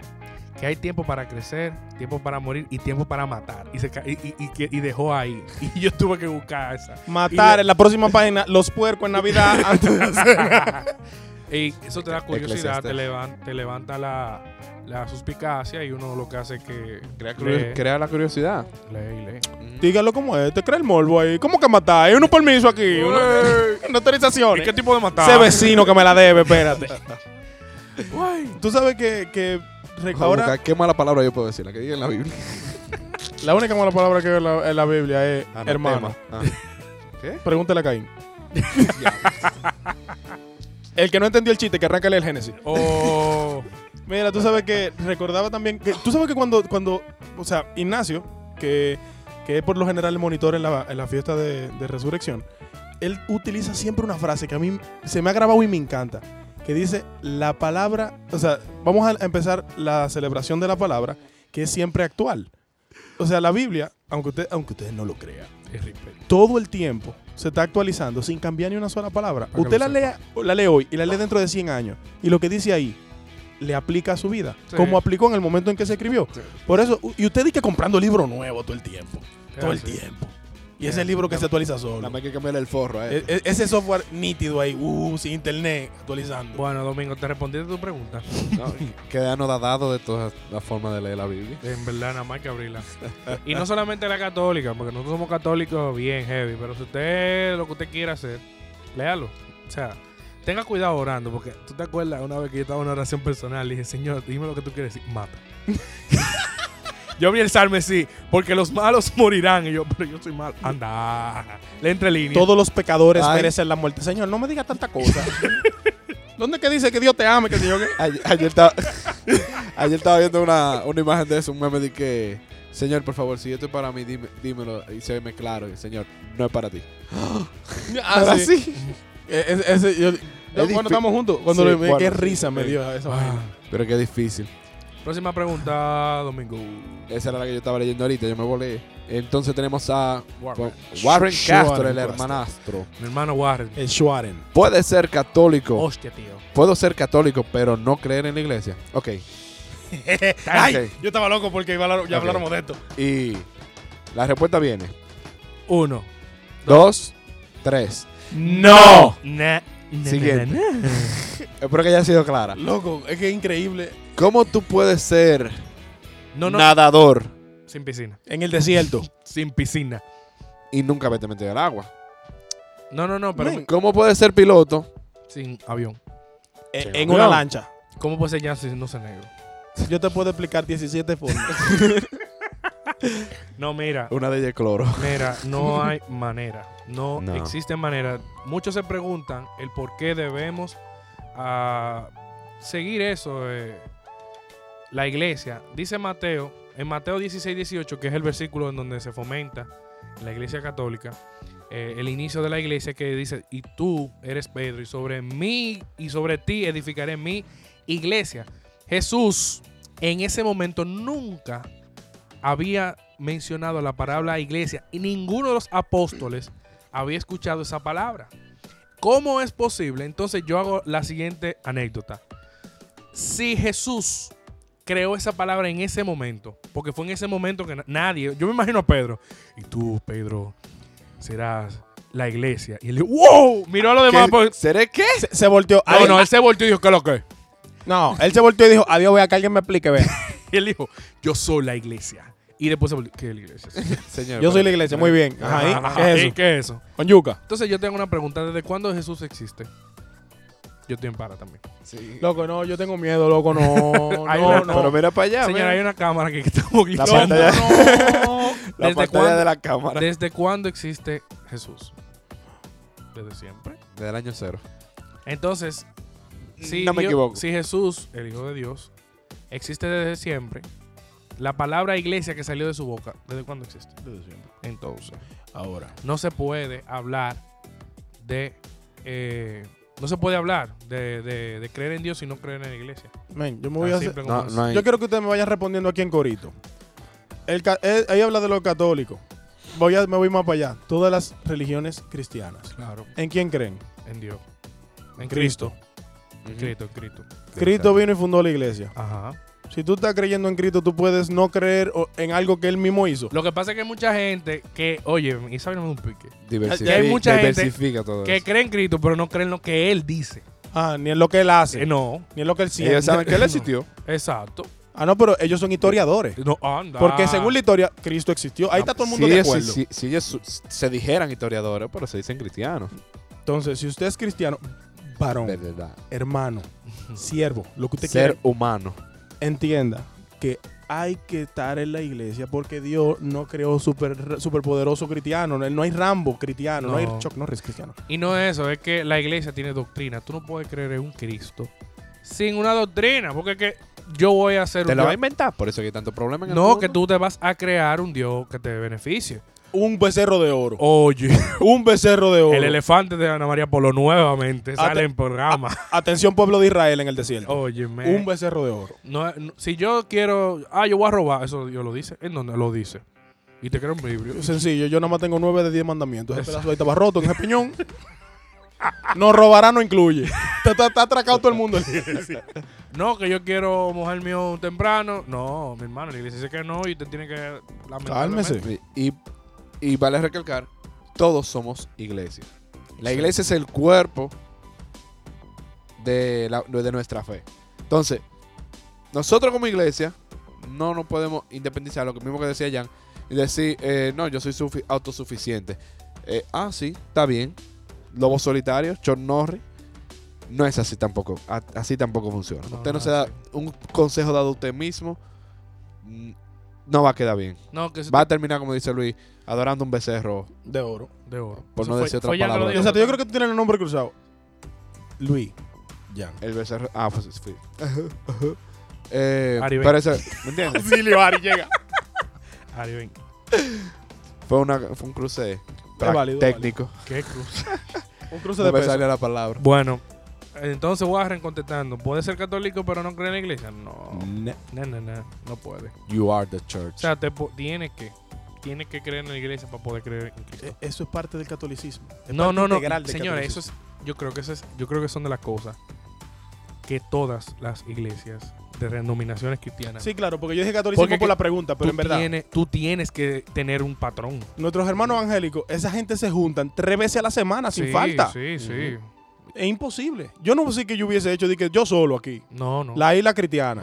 Speaker 1: que hay tiempo para crecer, tiempo para morir y tiempo para matar. Y, se ca- y, y- y que- y dejó ahí. (laughs) Y yo tuve que buscar esa.
Speaker 2: Matar
Speaker 1: Y le-
Speaker 2: en la próxima página los puercos en Navidad (laughs) antes de hacer-
Speaker 1: (laughs) y eso te da curiosidad, te,
Speaker 4: Eclesiastes.
Speaker 1: levan- te levanta la, la suspicacia y uno lo que hace es que
Speaker 4: Crea,
Speaker 1: lee,
Speaker 4: curio- crea la curiosidad.
Speaker 1: lee y lee.
Speaker 2: Dígalo como es, te cree el morbo ahí. ¿Cómo que matar? Hay un permiso aquí, una, una autorización.
Speaker 1: ¿Y qué tipo de matar?
Speaker 2: Ese vecino que me la debe, espérate. (laughs)
Speaker 1: Guay.
Speaker 2: Tú sabes que, que rec-
Speaker 4: Vamos a
Speaker 2: ahora
Speaker 4: buscar qué mala palabra yo puedo decir, la que diga en la
Speaker 1: (laughs)
Speaker 4: Biblia.
Speaker 2: la única mala palabra que veo en la, en la Biblia es hermano.
Speaker 4: Ah. ¿Qué?
Speaker 2: Pregúntale a Caín. el que no entendió el chiste, que arráncale el Génesis.
Speaker 1: O
Speaker 2: Mira, tú sabes que recordaba también que tú sabes que cuando cuando o sea, Ignacio que que es por lo general el monitor en la, en la fiesta de, de resurrección, él utiliza siempre una frase que a mí se me ha grabado y me encanta, que dice la palabra, o sea, vamos a empezar la celebración de la palabra que es siempre actual. O sea, la Biblia, aunque usted aunque ustedes no lo crean, todo el tiempo se está actualizando sin cambiar ni una sola palabra.
Speaker 1: que
Speaker 2: Usted
Speaker 1: lo
Speaker 2: la lea, la lee hoy y la lee dentro de 100 años. Y lo que dice ahí le aplica a su vida,
Speaker 1: Sí.
Speaker 2: como aplicó en el momento en que se escribió.
Speaker 1: Sí.
Speaker 2: Por eso, u- y usted dice que comprando libro nuevo todo el tiempo. Todo el
Speaker 1: Así.
Speaker 2: tiempo. Y
Speaker 1: Es
Speaker 2: ese
Speaker 1: así.
Speaker 2: libro que se actualiza solo.
Speaker 4: Nada más hay que cambiarle el forro
Speaker 1: Eh,
Speaker 4: a
Speaker 2: E-
Speaker 4: él.
Speaker 2: e- ese software nítido ahí, uh, sin internet, actualizando.
Speaker 1: Bueno, Domingo, te respondí a tu pregunta.
Speaker 4: (laughs) No, queda anodadado de todas las formas de leer la Biblia.
Speaker 1: En verdad, nada más hay que abrirla. Y no solamente la católica, porque nosotros somos católicos bien heavy, pero si usted lo que usted quiera hacer, léalo. O sea, tenga cuidado orando, porque tú te acuerdas una vez que yo estaba en una oración personal y dije, Señor, dime lo que tú quieres decir, mata. (laughs) yo vi el salme, sí, porque los malos (laughs) morirán. Y yo, pero yo soy malo. Anda, le entre línea.
Speaker 2: Todos los pecadores
Speaker 4: Ay.
Speaker 2: merecen la muerte. Señor, no me diga tanta
Speaker 1: (laughs)
Speaker 2: cosa. ¿Dónde que dice que Dios te ama? Que el Señor que-
Speaker 4: Ayer, ayer estaba, (laughs) ayer estaba viendo una, una imagen de eso, un meme de que, Señor, por favor, si esto es para mí, dime- dímelo. Y se me claro, y, Señor, no es para ti.
Speaker 2: Ah, sí. E- ese- ese- yo-
Speaker 4: difícil.
Speaker 2: cuando estamos juntos, cuando
Speaker 4: Sí,
Speaker 2: lo- me-
Speaker 4: bueno,
Speaker 2: qué
Speaker 4: sí,
Speaker 2: risa me
Speaker 4: sí.
Speaker 2: dio esa
Speaker 1: Ah.
Speaker 2: vaina.
Speaker 4: Pero qué difícil.
Speaker 1: Próxima pregunta, Domingo.
Speaker 4: Esa era la que yo estaba leyendo ahorita, yo me volé. Entonces tenemos a
Speaker 1: Warren.
Speaker 4: Warren Castro,
Speaker 2: Warren
Speaker 4: el
Speaker 2: Castro.
Speaker 4: hermanastro.
Speaker 1: Mi hermano Warren.
Speaker 2: El Schwaren.
Speaker 4: Puede ser católico.
Speaker 1: Hostia, tío.
Speaker 4: Puedo ser católico, pero no creer en la iglesia. Ok.
Speaker 2: (laughs) Ay,
Speaker 4: Ok.
Speaker 2: yo estaba loco porque iba a hablar- ya
Speaker 4: Ok.
Speaker 2: habláramos de esto.
Speaker 4: Y la respuesta viene.
Speaker 1: Uno.
Speaker 4: Dos, tres.
Speaker 1: No. Na- na-
Speaker 4: Siguiente.
Speaker 1: na- na- na.
Speaker 4: Espero que haya sido clara.
Speaker 2: Loco, es que es increíble.
Speaker 4: ¿Cómo tú puedes ser
Speaker 1: No, no.
Speaker 4: nadador
Speaker 1: Sin piscina.
Speaker 2: En el desierto.
Speaker 1: Sin piscina.
Speaker 4: y nunca haberte metido al agua?
Speaker 1: No, no, no, pero
Speaker 2: Men.
Speaker 4: ¿Cómo puedes ser piloto?
Speaker 1: sin avión.
Speaker 2: en-
Speaker 4: Sí,
Speaker 2: e- en
Speaker 4: no.
Speaker 2: una lancha.
Speaker 1: ¿Cómo puede ser ya si no se negro?
Speaker 2: Yo te puedo explicar 17 formas.
Speaker 1: No, mira,
Speaker 4: Una de ellas es cloro.
Speaker 1: mira, no hay manera. No,
Speaker 4: No.
Speaker 1: existe manera. Muchos se preguntan el por qué debemos ah, seguir eso. eh, la iglesia, dice Mateo, en Mateo 16, 18, que es el versículo en donde se fomenta la iglesia católica, eh, el inicio de la iglesia que dice, y tú eres Pedro, y sobre mí y sobre ti edificaré mi iglesia. Jesús en ese momento nunca había mencionado la palabra iglesia y ninguno de los apóstoles había escuchado esa palabra. ¿Cómo es posible? Entonces yo hago la siguiente anécdota. Si Jesús creó esa palabra en ese momento, porque fue en ese momento que na- nadie, yo me imagino a Pedro, y tú, Pedro, serás la iglesia. Y él dijo, wow, miró a los demás.
Speaker 4: ¿Qué-
Speaker 1: pues,
Speaker 4: ¿Seré qué?
Speaker 2: (laughs) se, se volteó.
Speaker 1: no,
Speaker 2: Ay,
Speaker 1: no, él se volteó y dijo, ¿qué es lo que? es?".
Speaker 2: no, él se volteó y dijo, adiós, vea que alguien me explique, vea.
Speaker 1: (laughs) Y él dijo, yo soy la iglesia. Y después se volvió, ¿qué es la iglesia?
Speaker 4: Señor.
Speaker 2: (laughs) Yo soy la iglesia, muy bien. (laughs) Ajá, ¿y
Speaker 1: Ajá,
Speaker 2: ¿qué es
Speaker 1: ¿y
Speaker 2: eso?
Speaker 1: ¿Qué es eso?
Speaker 2: Con yuca.
Speaker 1: Entonces yo tengo una pregunta, ¿desde cuándo Jesús existe? Yo estoy en para también.
Speaker 4: Sí.
Speaker 2: Loco, no, yo tengo miedo, loco, no.
Speaker 1: Ay,
Speaker 2: no,
Speaker 1: no,
Speaker 2: no.
Speaker 4: Pero mira para allá.
Speaker 1: Señora, hay
Speaker 4: mira.
Speaker 1: una cámara que estamos
Speaker 4: La
Speaker 2: No,
Speaker 1: glitchando.
Speaker 4: pantalla,
Speaker 2: no.
Speaker 4: la
Speaker 1: ¿Desde
Speaker 4: pantalla
Speaker 1: cuándo?
Speaker 4: de la
Speaker 2: (laughs)
Speaker 4: cámara.
Speaker 1: ¿Desde cuándo existe Jesús? Desde siempre.
Speaker 4: Del año cero.
Speaker 1: Entonces, si,
Speaker 4: No me
Speaker 1: Dios-
Speaker 4: equivoco.
Speaker 1: si Jesús, el Hijo de Dios, existe desde siempre, La palabra iglesia que salió de su boca, ¿desde cuándo existe?
Speaker 2: Desde siempre.
Speaker 1: Entonces,
Speaker 2: (laughs) Ahora.
Speaker 1: no se puede hablar de. eh, no se puede hablar de, de- de creer en Dios y no creer en la iglesia.
Speaker 2: Men, yo me
Speaker 1: Tan
Speaker 2: voy a hacer-
Speaker 1: simple como
Speaker 4: No,
Speaker 1: eso.
Speaker 4: no hay-
Speaker 2: Yo quiero que ustedes me vayan respondiendo aquí en corito. El, ca- eh, ahí habla de los católicos. Voy a, me voy más para allá. Todas las religiones cristianas.
Speaker 1: Claro,
Speaker 2: ¿En quién creen?
Speaker 1: en Dios. En
Speaker 2: Cristo.
Speaker 1: Cristo. En Cristo, en Cristo.
Speaker 2: Cristo vino y fundó la iglesia.
Speaker 1: Ajá.
Speaker 2: Si tú estás creyendo en Cristo, tú puedes no creer o- en algo que él mismo hizo.
Speaker 1: Lo que pasa es que hay mucha gente que, oye, Isabel no me da un pique,
Speaker 4: Diversifi-
Speaker 1: Ya hay mucha gente
Speaker 4: diversifica todo
Speaker 1: que
Speaker 4: eso.
Speaker 1: cree en Cristo, pero no cree en lo que él dice.
Speaker 2: Ah, ni en lo que él hace,
Speaker 1: Eh, no,
Speaker 2: ni en lo que él siente.
Speaker 4: Ellos saben que él
Speaker 1: No. (laughs)
Speaker 4: existió.
Speaker 1: exacto.
Speaker 2: Ah, no, pero ellos son historiadores.
Speaker 1: No, anda.
Speaker 2: Porque según la historia, Cristo existió. Ahí está todo el mundo
Speaker 4: si,
Speaker 2: de
Speaker 4: ellos,
Speaker 2: acuerdo.
Speaker 4: si- si ellos su- se dijeran historiadores, pero se dicen cristianos.
Speaker 2: Entonces, si usted es cristiano, varón,
Speaker 4: De verdad.
Speaker 2: hermano, siervo, lo que usted
Speaker 4: Ser
Speaker 2: quiera,
Speaker 4: humano.
Speaker 2: entienda que hay que estar en la iglesia porque Dios no creó super, superpoderoso cristiano. No, no hay Rambo cristiano, no, hay
Speaker 1: No.
Speaker 2: Chuck Norris cristiano.
Speaker 1: Y no es eso, es que la iglesia tiene doctrina. Tú no puedes creer en un Cristo sin una doctrina, porque es que yo voy a hacer
Speaker 4: Te
Speaker 1: un
Speaker 4: lo va a
Speaker 1: Dios-
Speaker 4: inventar. Por eso que hay tanto problema en el
Speaker 1: No,
Speaker 4: mundo.
Speaker 1: que tú te vas a crear un Dios que te beneficie.
Speaker 2: Un becerro de oro.
Speaker 1: Oye,
Speaker 2: (laughs)
Speaker 1: (laughs)
Speaker 2: Un becerro de oro.
Speaker 1: el elefante de Ana María Polo nuevamente
Speaker 2: (laughs) Ah,
Speaker 1: sale
Speaker 2: te-
Speaker 1: en programa.
Speaker 2: Atención, pueblo de Israel en el desierto.
Speaker 1: Oye,
Speaker 2: Un becerro de oro.
Speaker 1: no, no, si yo quiero, ah, yo voy a robar, eso Dios lo dice. ¿En dónde lo dice? Y te creo un Biblia.
Speaker 2: Sencillo, yo nada más tengo nueve de diez mandamientos. Ese pedazo ahí estaba roto en ese piñón. No robará, no incluye. Te está, está atracado todo el mundo.
Speaker 1: No, que yo quiero mojar mío temprano. No, mi hermano, la iglesia dice que no y te tiene que
Speaker 2: Cálmese.
Speaker 4: Y, y vale recalcar, todos somos iglesia. La iglesia es el cuerpo de, la- de nuestra fe. Entonces, nosotros como iglesia no nos podemos independizar, lo que mismo que decía Jan, y decir, eh, no, yo soy sufi- autosuficiente. Eh, ah, sí, está bien. Lobos solitarios, chornorri. No es así tampoco. A- Así tampoco funciona.
Speaker 1: No,
Speaker 4: usted no
Speaker 1: no
Speaker 4: se
Speaker 1: es
Speaker 4: da
Speaker 1: así.
Speaker 4: un consejo dado a usted mismo. mm, No va a quedar bien.
Speaker 1: No, que eso
Speaker 4: Va a terminar, como dice Luis, adorando un becerro.
Speaker 2: De oro.
Speaker 1: de oro.
Speaker 4: Por
Speaker 1: Eso
Speaker 4: no
Speaker 1: fue-
Speaker 4: decir otra
Speaker 1: fue Jan que lo
Speaker 4: palabra.
Speaker 1: dijo.
Speaker 2: Exacto, yo creo que tú tienes el nombre cruzado. Luis. Jan.
Speaker 4: El becerro. Ah, pues sí. Eh,
Speaker 1: Ari, ven.
Speaker 4: pero ese, ¿Me entiendes?
Speaker 1: (laughs)
Speaker 2: (laughs) Silvio Ari llega.
Speaker 1: Ari, ven.
Speaker 4: Fue, una, fue un cruce
Speaker 2: válido, es válido.
Speaker 4: técnico.
Speaker 1: Qué cruz.
Speaker 2: Un cruce
Speaker 4: No
Speaker 2: de
Speaker 4: me
Speaker 2: peso.
Speaker 4: sale la palabra.
Speaker 1: bueno, entonces Warren contestando, ¿puede ser católico pero no cree en la iglesia? No,
Speaker 2: Mm.
Speaker 4: Ne-
Speaker 1: no, no, no, no puede.
Speaker 4: You are the church.
Speaker 1: O sea, te po- tienes que, tienes que creer en la iglesia para poder creer en Cristo.
Speaker 2: Eh, Eso es parte del catolicismo. Es
Speaker 1: no,
Speaker 2: parte
Speaker 1: no, no,
Speaker 2: integral del
Speaker 1: señores, eso
Speaker 2: catolicismo.
Speaker 1: es, yo creo que eso es, yo creo que son de las cosas que todas las iglesias de denominaciones cristianas.
Speaker 2: Sí, claro, porque yo dije catolicismo
Speaker 1: Porque
Speaker 2: por
Speaker 1: que-
Speaker 2: la pregunta, pero
Speaker 1: tú
Speaker 2: en verdad.
Speaker 1: Tienes, tú tienes que tener un patrón.
Speaker 2: Nuestros hermanos evangélicos, esa gente se juntan tres veces a la semana sin
Speaker 1: Sí,
Speaker 2: falta.
Speaker 1: Sí, sí.
Speaker 2: Es imposible. Yo no sé que yo hubiese hecho de que yo solo aquí.
Speaker 1: No, no.
Speaker 2: La isla cristiana.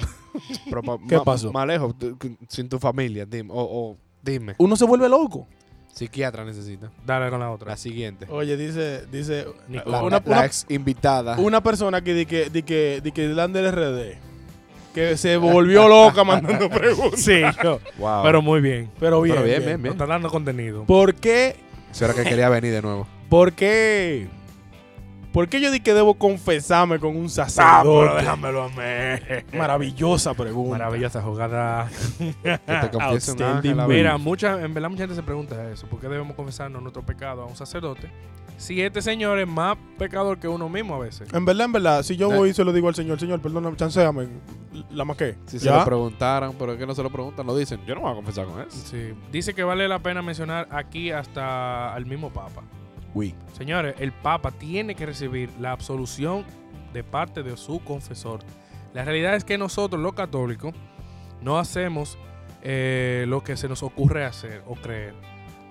Speaker 4: Pero pa-
Speaker 2: ¿Qué
Speaker 4: ma-
Speaker 2: pasó?
Speaker 4: Más lejos, tú- cu- sin tu familia. Dime, o, o dime.
Speaker 2: Uno se vuelve loco.
Speaker 4: Psiquiatra necesita.
Speaker 1: Dale con la otra.
Speaker 4: La siguiente.
Speaker 2: Oye, dice, dice
Speaker 1: Ni-
Speaker 4: La,
Speaker 2: una,
Speaker 4: la- la
Speaker 2: una-
Speaker 4: ex invitada.
Speaker 2: una persona que di que, di que, di que dan del RD. Que se volvió loca
Speaker 1: (laughs)
Speaker 2: mandando preguntas.
Speaker 1: Sí, yo-
Speaker 4: Wow.
Speaker 1: pero muy bien.
Speaker 2: Pero bien.
Speaker 4: Pero bien,
Speaker 2: bien.
Speaker 4: bien,
Speaker 1: Nos está dando contenido.
Speaker 2: ¿Por qué?
Speaker 4: Eso era que quería venir
Speaker 2: (laughs)
Speaker 4: de nuevo.
Speaker 2: ¿Por qué? ¿Por qué yo di que debo confesarme con un sacerdote?
Speaker 1: déjamelo a mí.
Speaker 2: Maravillosa pregunta.
Speaker 1: Maravillosa jugada.
Speaker 4: Que te confieso un
Speaker 2: Outstanding
Speaker 4: ángel, la
Speaker 2: man.
Speaker 1: Mira, mucha, en verdad mucha gente se pregunta eso. ¿Por qué debemos confesarnos nuestro pecado a un sacerdote? Si este señor es más pecador que uno mismo a veces.
Speaker 2: En verdad, en verdad, si yo
Speaker 4: Eh.
Speaker 2: voy y se lo digo al Señor, Señor, perdóname, chanceame, la maqué.
Speaker 4: Si se
Speaker 2: ¿Ya?
Speaker 4: lo preguntaran, pero es que no se lo preguntan, lo dicen. Yo no me voy a confesar con eso.
Speaker 1: Sí. Dice que vale la pena mencionar aquí hasta al mismo Papa.
Speaker 4: Oui.
Speaker 1: Señores, el Papa tiene que recibir la absolución de parte de su confesor. La realidad es que nosotros, los católicos, no hacemos eh, lo que se nos ocurre hacer o creer.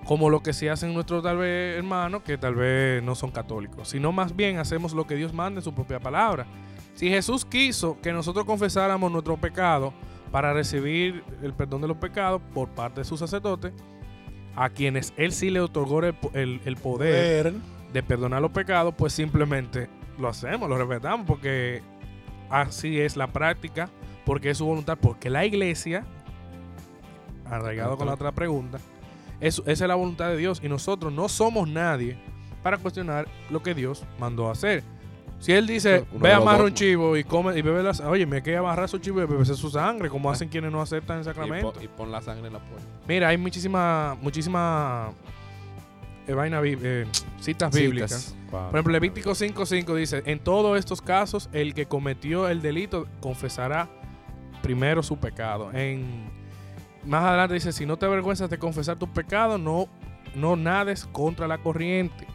Speaker 1: Como lo que sí hacen nuestros tal vez hermanos que tal vez no son católicos. Sino más bien hacemos lo que Dios manda en su propia palabra. Si Jesús quiso que nosotros confesáramos nuestro pecado para recibir el perdón de los pecados por parte de sus sacerdotes, a quienes Él sí le otorgó el, po- el- el poder
Speaker 2: Ver.
Speaker 1: de perdonar los pecados, pues simplemente lo hacemos, lo respetamos, porque así es la práctica, porque es su voluntad, porque la iglesia, arraigado con la otra pregunta, es, esa es la voluntad de Dios y nosotros no somos nadie para cuestionar lo que Dios mandó a hacer. Si él dice,
Speaker 4: Uno
Speaker 1: ve
Speaker 4: de
Speaker 1: a
Speaker 4: los
Speaker 1: amarrar
Speaker 4: dos.
Speaker 1: un chivo y come y bebe la sa- Oye, me queda amarrar su chivo y beberse su sangre, como hacen quienes no aceptan el
Speaker 4: Y,
Speaker 1: sacramento.
Speaker 4: pon, y pon la sangre en la puerta.
Speaker 1: Mira, hay muchísima, muchísima eh, vaina bí- eh, citas bíblicas. Por ejemplo, Levítico 5.5 dice, en todos estos casos, el que cometió el delito confesará primero su pecado. En, más adelante dice, si no te avergüenzas de confesar tus pecados, no, no nades contra la corriente.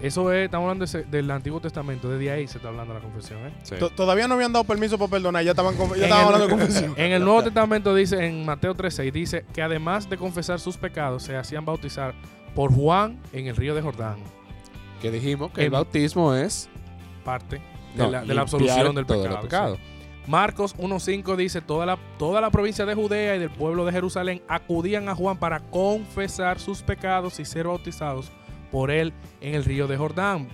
Speaker 1: Eso es, estamos hablando de ese- del Antiguo Testamento, desde ahí se está hablando la confesión. ¿eh?
Speaker 4: Sí.
Speaker 2: To- Todavía no habían dado permiso para perdonar, ya estaban, conf- ya
Speaker 1: En
Speaker 2: estaban
Speaker 1: el-
Speaker 2: hablando de
Speaker 1: (laughs)
Speaker 2: confesión.
Speaker 1: En el Nuevo Testamento dice, en Mateo 3.6, dice que además de confesar sus pecados, se hacían bautizar por Juan en el río de Jordán.
Speaker 4: Que dijimos que el
Speaker 1: Em-
Speaker 4: bautismo es
Speaker 1: Parte de,
Speaker 4: no,
Speaker 1: la, de la
Speaker 4: limpiar
Speaker 1: absolución del
Speaker 4: todo
Speaker 1: pecado.
Speaker 4: lo
Speaker 1: sí. Marcos 1.5 dice, toda la, toda la provincia de Judea y del pueblo de Jerusalén acudían a Juan para confesar sus pecados y ser bautizados por él en el río de Jordán.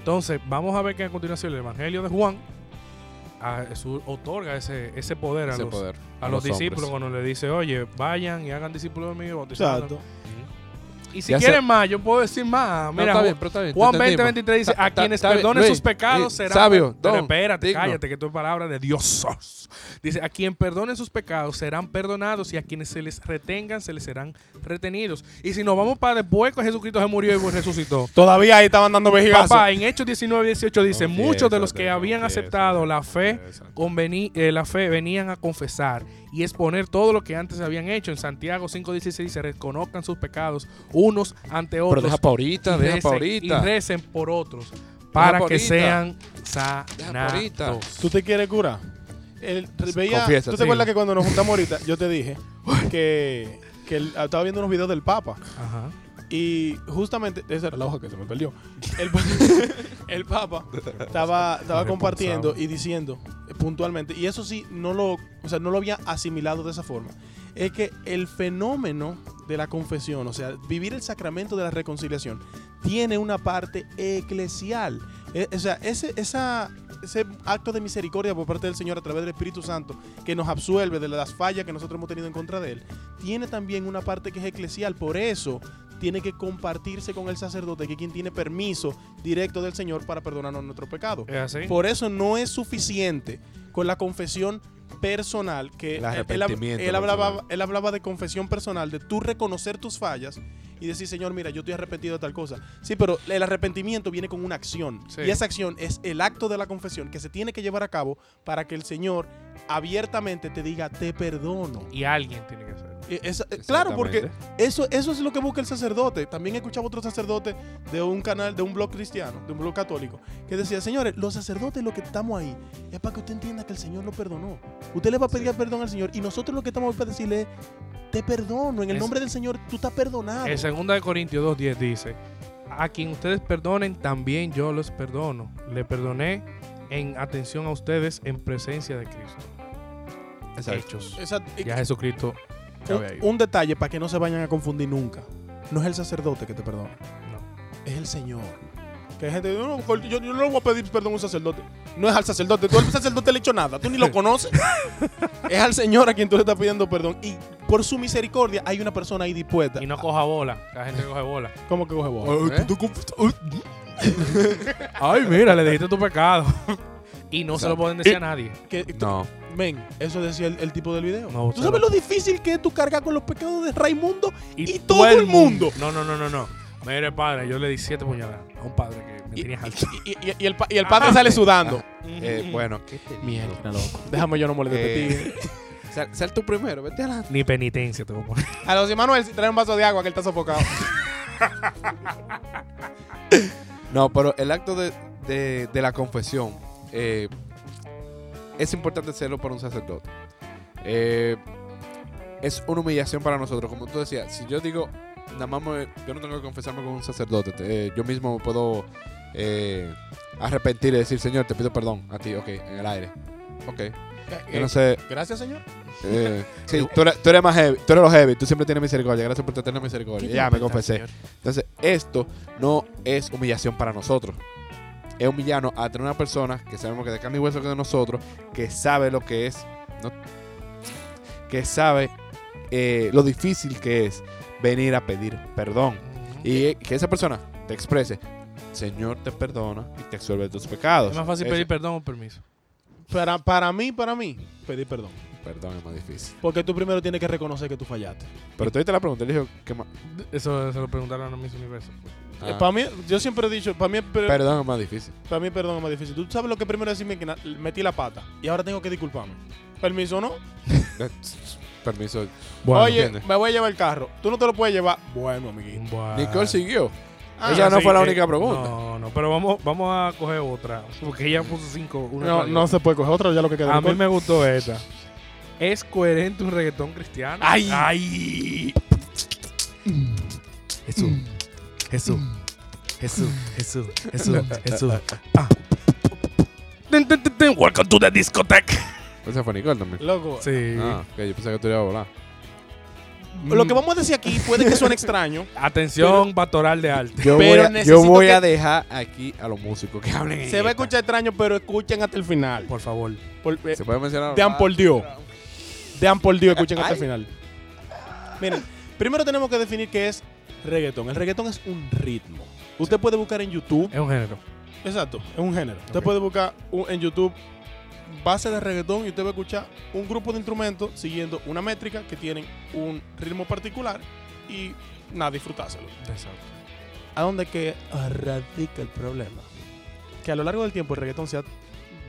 Speaker 1: Entonces, vamos a ver que a continuación el Evangelio de Juan a- su- otorga ese, ese poder a
Speaker 4: Ese
Speaker 1: los,
Speaker 4: poder.
Speaker 1: a los discípulos
Speaker 4: hombres.
Speaker 1: cuando le dice, oye, vayan y hagan discípulos míos, bautizando.
Speaker 2: Exacto.
Speaker 1: Y si
Speaker 4: Ya
Speaker 1: quieren
Speaker 4: sé.
Speaker 1: más, yo puedo decir más.
Speaker 4: No,
Speaker 1: Mira,
Speaker 4: está
Speaker 1: Ju-
Speaker 4: bien, pero está bien, te
Speaker 1: Juan
Speaker 4: entendimos.
Speaker 1: 20:23 dice,
Speaker 4: Está-
Speaker 1: a
Speaker 4: está-
Speaker 1: quienes
Speaker 4: está bien,
Speaker 1: perdonen
Speaker 4: Luis,
Speaker 1: sus pecados
Speaker 4: Luis,
Speaker 1: serán...
Speaker 4: sabio,
Speaker 1: Pero
Speaker 4: don,
Speaker 1: espérate,
Speaker 4: digno.
Speaker 1: cállate, que esto es palabra de Dios. (laughs) Dice, a quien perdonen sus pecados serán perdonados y a quienes se les retengan se les serán retenidos. Y si nos vamos para después que Jesucristo se murió y
Speaker 4: (laughs)
Speaker 1: resucitó.
Speaker 2: Todavía ahí estaban dando vejigazo.
Speaker 1: Papá, en Hechos 19 18 dice,
Speaker 4: Confiésate,
Speaker 1: muchos de los que habían
Speaker 4: confiésate,
Speaker 1: aceptado la fe,
Speaker 4: confiésate.
Speaker 1: conveni- eh, la fe venían a confesar y exponer todo lo que antes habían hecho. En Santiago 5.16 dice, reconozcan sus pecados unos ante
Speaker 4: Pero
Speaker 1: otros
Speaker 4: deja pa' ahorita, deja
Speaker 1: recen- y
Speaker 4: pa' ahorita.
Speaker 1: recen por otros
Speaker 4: Deja
Speaker 1: para
Speaker 4: pa'
Speaker 1: que
Speaker 4: ahorita.
Speaker 1: sean
Speaker 4: Deja pa' ahorita.
Speaker 1: sanados.
Speaker 2: ¿Tú te quieres curar? El- veía-
Speaker 4: Confiesa,
Speaker 2: ¿Tú
Speaker 4: sí.
Speaker 2: te acuerdas que cuando nos juntamos ahorita, yo te dije que, que el- estaba viendo unos videos del Papa?
Speaker 1: Ajá.
Speaker 2: Y justamente, esa era la hoja que se me perdió. El, pa- el Papa estaba, estaba
Speaker 1: Irresponsable.
Speaker 2: compartiendo y diciendo eh, puntualmente, y eso sí, no lo, o sea, no lo había asimilado de esa forma, es que el fenómeno de la confesión, o sea, vivir el sacramento de la reconciliación, tiene una parte eclesial. Eh, o sea, ese, esa, ese acto de misericordia por parte del Señor a través del Espíritu Santo, que nos absuelve de las fallas que nosotros hemos tenido en contra de Él, tiene también una parte que es eclesial. Por eso tiene que compartirse con el sacerdote, que es quien tiene permiso directo del Señor para perdonarnos nuestro pecado.
Speaker 1: ¿Es así?
Speaker 2: Por eso no es suficiente con la confesión personal que él-
Speaker 4: El
Speaker 2: él hab-
Speaker 4: arrepentimiento
Speaker 2: él, hablaba,
Speaker 4: personal.
Speaker 2: él hablaba de confesión personal, de tú reconocer tus fallas y decir, Señor, mira, yo estoy arrepentido de tal cosa. Sí, pero el arrepentimiento viene con una acción.
Speaker 1: Sí.
Speaker 2: Y esa acción es el acto de la confesión que se tiene que llevar a cabo para que el Señor abiertamente te diga, te perdono.
Speaker 1: Y alguien tiene que hacerlo.
Speaker 2: Eh, esa- eh, claro, porque
Speaker 4: Exactamente.
Speaker 2: eso, eso es lo que busca el sacerdote. También escuchaba otro sacerdote de un canal, de un blog cristiano, de un blog católico, que decía, señores, los sacerdotes lo que estamos ahí es para que usted entienda que el Señor lo perdonó. Usted le va a pedir perdón al Señor y nosotros lo que estamos para decirle es, te perdono, en el
Speaker 1: Es-
Speaker 2: nombre del Señor tú estás perdonado.
Speaker 1: En 2 Corintios 2.10 dice, a quien ustedes perdonen, también yo los perdono. Le perdoné en atención a ustedes en presencia de Cristo.
Speaker 4: Exacto.
Speaker 1: Hechos.
Speaker 2: Esa- eh,
Speaker 1: Ya Jesucristo ya había
Speaker 2: un,
Speaker 1: ido.
Speaker 2: un detalle para que no se vayan a confundir nunca. No es el sacerdote que te perdona,
Speaker 1: No.
Speaker 2: es el Señor. Que hay gente que dice, "No, yo, yo no le voy a pedir perdón a un sacerdote. No es al sacerdote. Tú al sacerdote le he hecho nada. Tú ni
Speaker 1: (laughs)
Speaker 2: lo conoces. es al Señor a quien tú le estás pidiendo perdón. Y por su misericordia hay una persona ahí dispuesta.
Speaker 1: Y no coja bola, que la gente coge bola.
Speaker 2: ¿Cómo que coge vos?
Speaker 4: ¿Eh?
Speaker 1: Ay, mira, le dijiste tu pecado. (laughs) y no se lo
Speaker 4: Exacto.
Speaker 1: pueden decir a nadie.
Speaker 2: Que- tú-
Speaker 4: No.
Speaker 2: Ven, eso decía el, el tipo del video.
Speaker 1: No,
Speaker 2: ¿Tú
Speaker 1: usted
Speaker 2: sabes
Speaker 1: lo-
Speaker 2: lo difícil que es tú cargar con los pecados de Raimundo? Y todo el mundo.
Speaker 1: No, no, no, no, no. Mire, padre, yo le di siete puñaladas a un padre que me
Speaker 2: Y,
Speaker 1: tenía alto.
Speaker 2: y- y- y- y el, pa- y el padre
Speaker 1: Ah. (laughs)
Speaker 2: sale sudando.
Speaker 4: Eh, bueno, ¿qué te digo?
Speaker 2: Mierda, loco. Déjame yo no molestarte.
Speaker 4: Eh, (laughs) Sal, sal tú primero, vete adelante.
Speaker 1: Ni penitencia te voy a poner.
Speaker 2: A los Manuel, trae un vaso de agua que él está sofocado.
Speaker 4: No, pero el acto de, de- de la confesión eh, es importante hacerlo para un sacerdote. Eh, es una humillación para nosotros. Como tú decías, si yo digo, nada más me- yo no tengo que confesarme con un sacerdote, te- eh, yo mismo me puedo eh, arrepentir y decir, Señor, te pido perdón a ti, ok, en el aire. Ok,
Speaker 1: Eh,
Speaker 4: yo no sé.
Speaker 2: Gracias, señor.
Speaker 4: eh, sí, tú eres, tú eres más heavy, tú eres lo heavy, tú siempre tienes misericordia, gracias por tener misericordia. Ya me confesé. Entonces, esto no es humillación para nosotros. Es humillarnos a tener una persona que sabemos que de carne y hueso que de nosotros, que sabe lo que es, ¿no? que sabe eh, lo difícil que es venir a pedir perdón. Y que esa persona te exprese, Señor te perdona y te absuelve de tus
Speaker 1: Es
Speaker 4: pecados.
Speaker 1: más fácil
Speaker 4: Eso-
Speaker 1: pedir perdón o permiso.
Speaker 2: Para, para mí, para mí, pedir perdón.
Speaker 4: Perdón es más difícil.
Speaker 2: Porque tú primero tienes que reconocer que tú fallaste.
Speaker 4: Pero tú te la pregunta, le dijo que ma-
Speaker 1: Eso se lo preguntaron a mis universos.
Speaker 4: Ah,
Speaker 2: Eh, para mí, yo siempre he dicho, para mí, es per-
Speaker 4: perdón es más difícil.
Speaker 2: para mí perdón es más difícil. Tú sabes lo que primero es decirme que na- metí la pata y ahora tengo que disculparme. Permiso, ¿no?
Speaker 4: Eh, Permiso.
Speaker 2: Oye,
Speaker 4: entiende.
Speaker 2: me voy a llevar el carro. Tú no te lo puedes llevar. Bueno, amiguito.
Speaker 1: Buah.
Speaker 4: Nicole siguió.
Speaker 2: Ah,
Speaker 4: ella no
Speaker 1: sí,
Speaker 4: fue la
Speaker 1: eh,
Speaker 4: única pregunta.
Speaker 1: No, no, pero vamos, vamos a coger otra. Porque ella puso cinco. una
Speaker 2: No,
Speaker 1: tras
Speaker 2: no
Speaker 1: otra.
Speaker 2: se puede coger otro, ya lo que queda.
Speaker 1: A mí me gustó esta. ¿Es coherente un reggaetón cristiano?
Speaker 2: ¡Ay!
Speaker 1: ¡Ay! Jesús. Jesús. Jesús. Jesús. Jesús. Jesús. Ah. Tin, tin, tin, tin. Welcome to the discotheque.
Speaker 4: Esa fue Nicole también.
Speaker 2: Loco,
Speaker 1: Sí.
Speaker 4: Ah, ok, yo pensaba que tú le ibas a volar.
Speaker 2: lo que vamos a decir aquí puede que suene (laughs) extraño.
Speaker 1: Mm. Atención, pastoral de arte.
Speaker 4: Yo
Speaker 2: Pero
Speaker 4: voy, a,
Speaker 2: necesito
Speaker 4: yo voy
Speaker 2: que-
Speaker 4: a dejar aquí a los músicos que hablen. en
Speaker 2: Se va a
Speaker 4: esta.
Speaker 2: escuchar extraño, pero escuchen hasta el final.
Speaker 1: Por favor.
Speaker 2: Por- eh,
Speaker 4: Se puede mencionar. Ah,
Speaker 2: Dean por Dios. Dean por Dios, escuchen hasta el
Speaker 4: Ay.
Speaker 2: final. (laughs) Miren, primero tenemos que definir qué es reggaetón. El reggaetón es un ritmo. Usted puede buscar en YouTube.
Speaker 1: Es un género.
Speaker 2: Exacto, es un género. Usted
Speaker 1: Ok.
Speaker 2: puede buscar un- en YouTube base de reggaetón y usted va a escuchar un grupo de instrumentos siguiendo una métrica que tienen un ritmo particular y nada, disfrutárselo.
Speaker 1: Exacto.
Speaker 2: ¿A dónde que radica el problema? Que a lo largo del tiempo el reggaetón se ha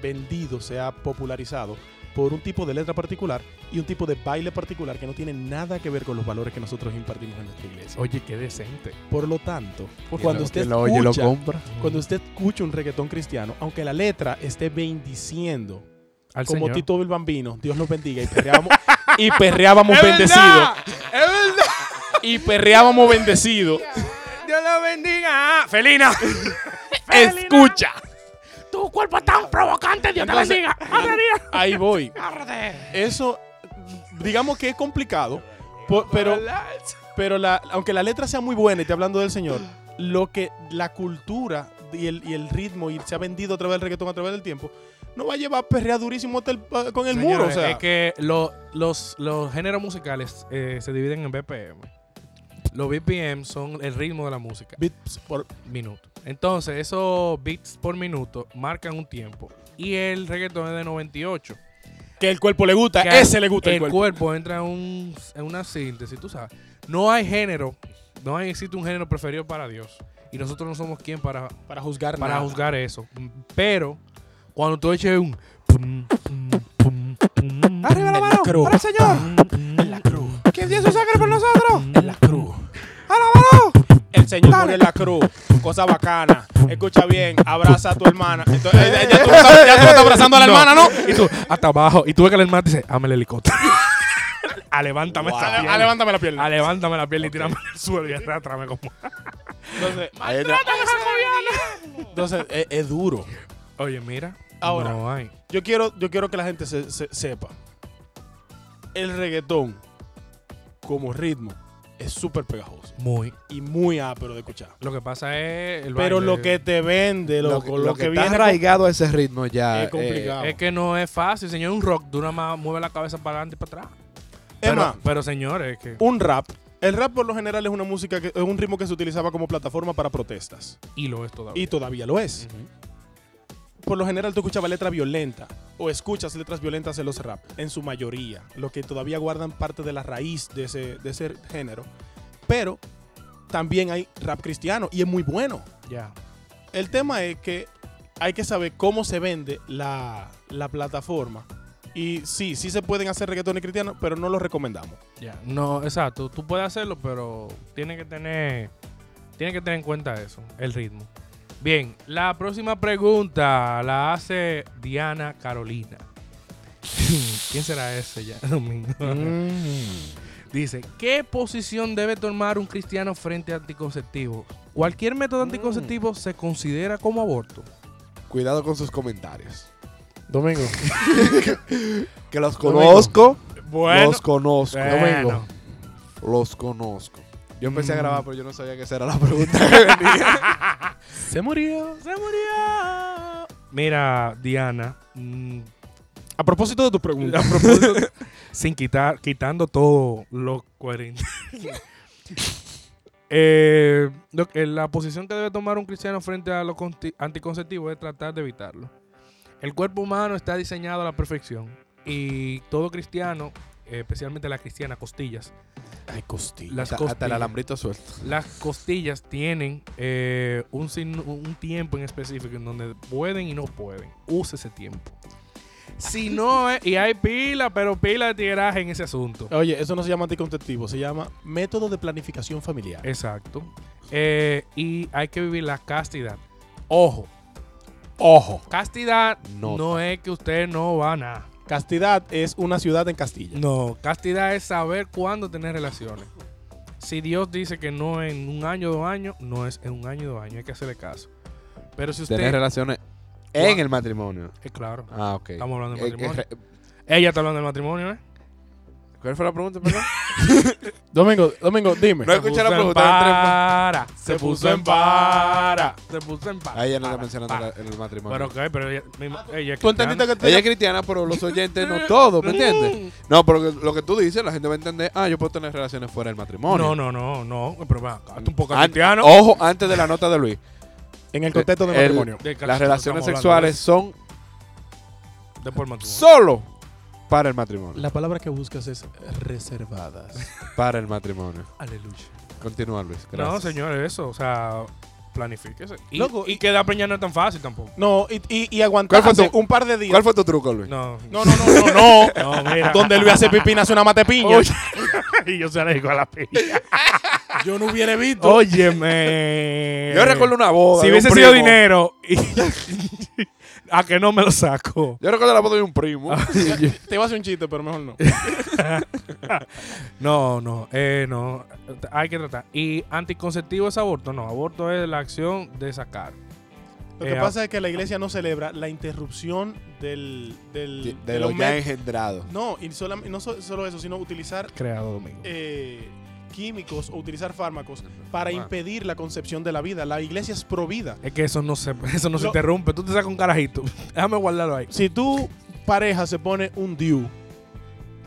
Speaker 2: vendido, se ha popularizado por un tipo de letra particular y un tipo de baile particular que no tiene nada que ver con los valores que nosotros impartimos en nuestra iglesia.
Speaker 1: Oye, qué decente.
Speaker 2: Por lo tanto,
Speaker 1: Por
Speaker 2: cuando
Speaker 1: favor.
Speaker 2: usted
Speaker 4: lo oye, lo
Speaker 2: escucha,
Speaker 4: compra.
Speaker 2: cuando usted escucha un reggaetón cristiano, aunque la letra esté bendiciendo,
Speaker 1: Al
Speaker 2: como
Speaker 1: señor.
Speaker 2: Tito el Bambino, Dios los bendiga y perreábamos, (laughs) y
Speaker 1: (laughs)
Speaker 2: perreábamos bendecido,
Speaker 1: verdad! ¡Es verdad!
Speaker 2: y perreábamos bendecido.
Speaker 1: Dios lo bendiga. (laughs) Felina.
Speaker 2: Escucha,
Speaker 1: Tu cuerpo es tan provocante. Dios
Speaker 2: Entonces-
Speaker 1: te (laughs) bendiga. Abre, Dios.
Speaker 2: ahí voy.
Speaker 1: Arde.
Speaker 2: eso digamos que es complicado, po- pero, pero la, aunque la letra sea muy buena y te hablando del Señor, lo que la cultura y el, y el ritmo y se ha vendido a través del reggaetón a través del tiempo, no va a llevar perrea durísimo hasta el- con el muro. O
Speaker 1: Señores,
Speaker 2: sea,
Speaker 1: Es que lo- los, los géneros musicales eh, se dividen en BPM. Los BPM son el ritmo de la música.
Speaker 2: beats por-
Speaker 1: Minuto. Entonces, esos beats por minuto marcan un tiempo. Y el reggaetón es de 98.
Speaker 2: que el cuerpo le gusta,
Speaker 1: que
Speaker 2: ese le gusta el, cuerpo.
Speaker 1: entra en, un- en una síntesis, tú sabes. No hay género, no hay- existe un género preferido para Dios. Y nosotros no somos quien para,
Speaker 2: Para juzgar.
Speaker 1: para
Speaker 2: nada.
Speaker 1: juzgar eso. Pero cuando tú eches un... pum, pum, pum, pum,
Speaker 5: Arriba la
Speaker 2: En la
Speaker 5: mano,
Speaker 2: cruz.
Speaker 5: para el Señor,
Speaker 2: En la cruz.
Speaker 5: que dio su sangre por nosotros.
Speaker 2: En la cruz.
Speaker 5: ¡Alabado!
Speaker 2: El Señor murió en la cruz. Cosa bacana. Escucha bien. Abraza a tu hermana. Entonces, eh, ya, tú, no sabes- ya tú no estás abrazando a la hermana, ¿no?
Speaker 1: Y tú, hasta abajo. Y tú ves que el hermano te dice, hazme el
Speaker 2: (laughs)
Speaker 1: helicóptero. a levántame esa
Speaker 2: Ah,
Speaker 1: pierna.
Speaker 2: levántame la pierna.
Speaker 1: A levántame la piel y tírame al suelo y arrástrame como...
Speaker 2: Entonces,
Speaker 4: Ahí entra-
Speaker 2: Entonces, es, es duro.
Speaker 1: Oye, mira.
Speaker 2: Ahora.
Speaker 1: No hay.
Speaker 2: Yo quiero, yo quiero que la gente se- se- sepa. El reggaetón, como ritmo, es súper pegajoso.
Speaker 1: Muy.
Speaker 2: Y muy ápero de escuchar.
Speaker 1: Lo que pasa es... el
Speaker 2: Pero
Speaker 1: baile.
Speaker 2: lo que te vende,
Speaker 4: Lo,
Speaker 2: loco, lo,
Speaker 4: lo
Speaker 2: que,
Speaker 4: que
Speaker 2: viene
Speaker 4: está arraigado a ese ritmo ya. eh,
Speaker 2: es complicado.
Speaker 1: Es que no es fácil, señor. Un rock, tú nada más mueve la cabeza para adelante y para atrás.
Speaker 2: es
Speaker 1: Pero,
Speaker 2: más,
Speaker 1: pero señores, es que.
Speaker 2: un rap. El rap por lo general es una música que, es un ritmo que se utilizaba como plataforma para protestas.
Speaker 1: Y lo es todavía.
Speaker 2: Y todavía lo es. Por lo general tú escuchabas letra violenta o escuchas letras violentas en los rap, en su mayoría, lo que todavía guardan parte de la raíz de ese, de ese género. Pero también hay rap cristiano y es muy bueno.
Speaker 1: ya.
Speaker 2: El tema es que hay que saber cómo se vende la, la plataforma. Y sí, sí se pueden hacer reggaetones cristianos, pero no los recomendamos.
Speaker 1: Ya. No, exacto. Tú puedes hacerlo, pero tiene que tener. Tiene que tener en cuenta eso, el ritmo. Bien, la próxima pregunta la hace Diana Carolina. (laughs) ¿Quién será ese ya? (laughs) Domingo.
Speaker 4: mm.
Speaker 1: Dice, ¿qué posición debe tomar un cristiano frente a anticonceptivo? ¿Cualquier método anticonceptivo se considera como aborto?
Speaker 4: Cuidado con sus comentarios.
Speaker 1: Domingo.
Speaker 4: Que los conozco.
Speaker 1: Bueno.
Speaker 4: Los conozco.
Speaker 1: Bueno.
Speaker 4: Domingo. Los conozco. Yo empecé
Speaker 2: Mm.
Speaker 4: a grabar, pero yo no sabía que esa era la pregunta que (laughs) venía.
Speaker 2: Se murió.
Speaker 1: Se murió. Mira, Diana, mm,
Speaker 2: A propósito de tu pregunta.
Speaker 1: a (laughs) propósito, sin quitar, quitando todo lo coherente. (laughs) Eh, lo que- la posición que debe tomar un cristiano frente a los conti- anticonceptivos es tratar de evitarlo. El cuerpo humano está diseñado a la perfección y todo cristiano, eh, especialmente la cristiana, costillas,
Speaker 2: Ay, costilla.
Speaker 1: las
Speaker 4: Hasta, hasta el
Speaker 1: costillas,
Speaker 4: alambrito suelto.
Speaker 1: las costillas tienen eh, un, sin- un tiempo en específico en donde pueden y no pueden. Usa ese tiempo. Si no, es- y hay pila, pero pila de tiraje en ese asunto.
Speaker 2: Oye, eso no se llama anticonceptivo, se llama método de planificación familiar.
Speaker 1: Exacto. Eh, y hay que vivir la castidad. Ojo,
Speaker 2: Ojo.
Speaker 1: castidad
Speaker 4: Nota.
Speaker 1: no es que usted no va a nada.
Speaker 2: Castidad es una ciudad en Castilla.
Speaker 1: No, castidad es saber cuándo tener relaciones. Si Dios dice que no en un año dos años, no es en un año dos años, hay que hacerle caso. Pero si usted.
Speaker 4: Tener relaciones en el matrimonio.
Speaker 1: Eh, claro.
Speaker 4: Ah, ok.
Speaker 1: Estamos hablando de
Speaker 4: Eh,
Speaker 1: matrimonio.
Speaker 4: eh,
Speaker 1: Ella está hablando del matrimonio, ¿eh?
Speaker 4: ¿Cuál fue la pregunta, perdón?
Speaker 1: (laughs)
Speaker 2: Domingo, Domingo, dime.
Speaker 4: No escuché la
Speaker 1: puso en
Speaker 4: pregunta. eran tres más.
Speaker 1: para. Se puso en para. Se puso en para.
Speaker 4: Ah, ella no está
Speaker 1: para,
Speaker 4: mencionando
Speaker 1: para.
Speaker 4: la- en el matrimonio.
Speaker 1: Pero, ok, pero ella. mi- ella es
Speaker 2: ¿Tú entendiste
Speaker 1: cristiana. Mm.
Speaker 2: que te-
Speaker 4: ella es cristiana, pero los oyentes no todos, ¿me
Speaker 1: (laughs)
Speaker 4: entiendes? No, pero lo que tú dices, la gente va a entender, ah, yo puedo tener relaciones fuera del matrimonio.
Speaker 1: No, no, no, no. Pero va, hazte un poco
Speaker 4: An-
Speaker 1: cristiano.
Speaker 4: Ojo, antes de la nota
Speaker 1: (laughs)
Speaker 4: de Luis.
Speaker 2: en el contexto de
Speaker 4: El-
Speaker 2: matrimonio?
Speaker 1: De caso
Speaker 4: Las relaciones
Speaker 1: estamos hablando,
Speaker 4: sexuales son
Speaker 1: De por matrimonio.
Speaker 4: solo para el matrimonio.
Speaker 2: La palabra que buscas es reservadas.
Speaker 4: Para el matrimonio.
Speaker 1: Aleluya.
Speaker 4: Continúa, Luis. Gracias.
Speaker 1: No, señores, eso. O sea, planifíquese. Y,
Speaker 2: Loco,
Speaker 1: y quedar preñada no es tan fácil tampoco.
Speaker 2: (laughs) No, y, y, y
Speaker 4: ¿Cuál fue
Speaker 2: aguantarse
Speaker 4: tu-
Speaker 2: un par de días.
Speaker 4: ¿Cuál fue tu truco,
Speaker 1: (laughs)
Speaker 4: Luis?
Speaker 1: No.
Speaker 2: No, no, no, no, no.
Speaker 1: No, (laughs)
Speaker 4: (laughs)
Speaker 1: mira.
Speaker 2: Donde Luis hace pipina hace una matepiña.
Speaker 1: Oye. y yo se alejó a la piña.
Speaker 2: Yo no hubiera visto.
Speaker 1: Óyeme.
Speaker 4: Yo recuerdo una boda.
Speaker 1: eh, Si
Speaker 4: de un
Speaker 1: hubiese sido
Speaker 4: primo.
Speaker 1: dinero. y- (laughs) a que no me lo saco.
Speaker 4: Yo recuerdo la boda de un primo.
Speaker 1: (laughs)
Speaker 4: (laughs)
Speaker 2: Te iba a hacer un chiste, pero mejor no.
Speaker 4: Eh,
Speaker 1: No, no, eh, no. Hay que tratar. ¿Y anticonceptivo es aborto? No, aborto es la acción de sacar.
Speaker 2: Lo
Speaker 4: ah.
Speaker 2: que
Speaker 1: Eh,
Speaker 2: pasa es que la iglesia no celebra la interrupción del.
Speaker 4: de
Speaker 2: del
Speaker 4: de
Speaker 2: del
Speaker 4: lo ya
Speaker 2: aumento.
Speaker 4: engendrado.
Speaker 2: No, y solam- no so- solo eso, sino utilizar
Speaker 1: Creado domingo.
Speaker 2: eh, químicos o utilizar fármacos para
Speaker 4: Ah.
Speaker 2: impedir la concepción de la vida. La iglesia es provida.
Speaker 1: Es que eso no se, (laughs) eso no se
Speaker 2: Lo-
Speaker 1: interrumpe. Tú te sacas un carajito. Déjame guardarlo ahí.
Speaker 2: Si tu pareja se pone un DIU,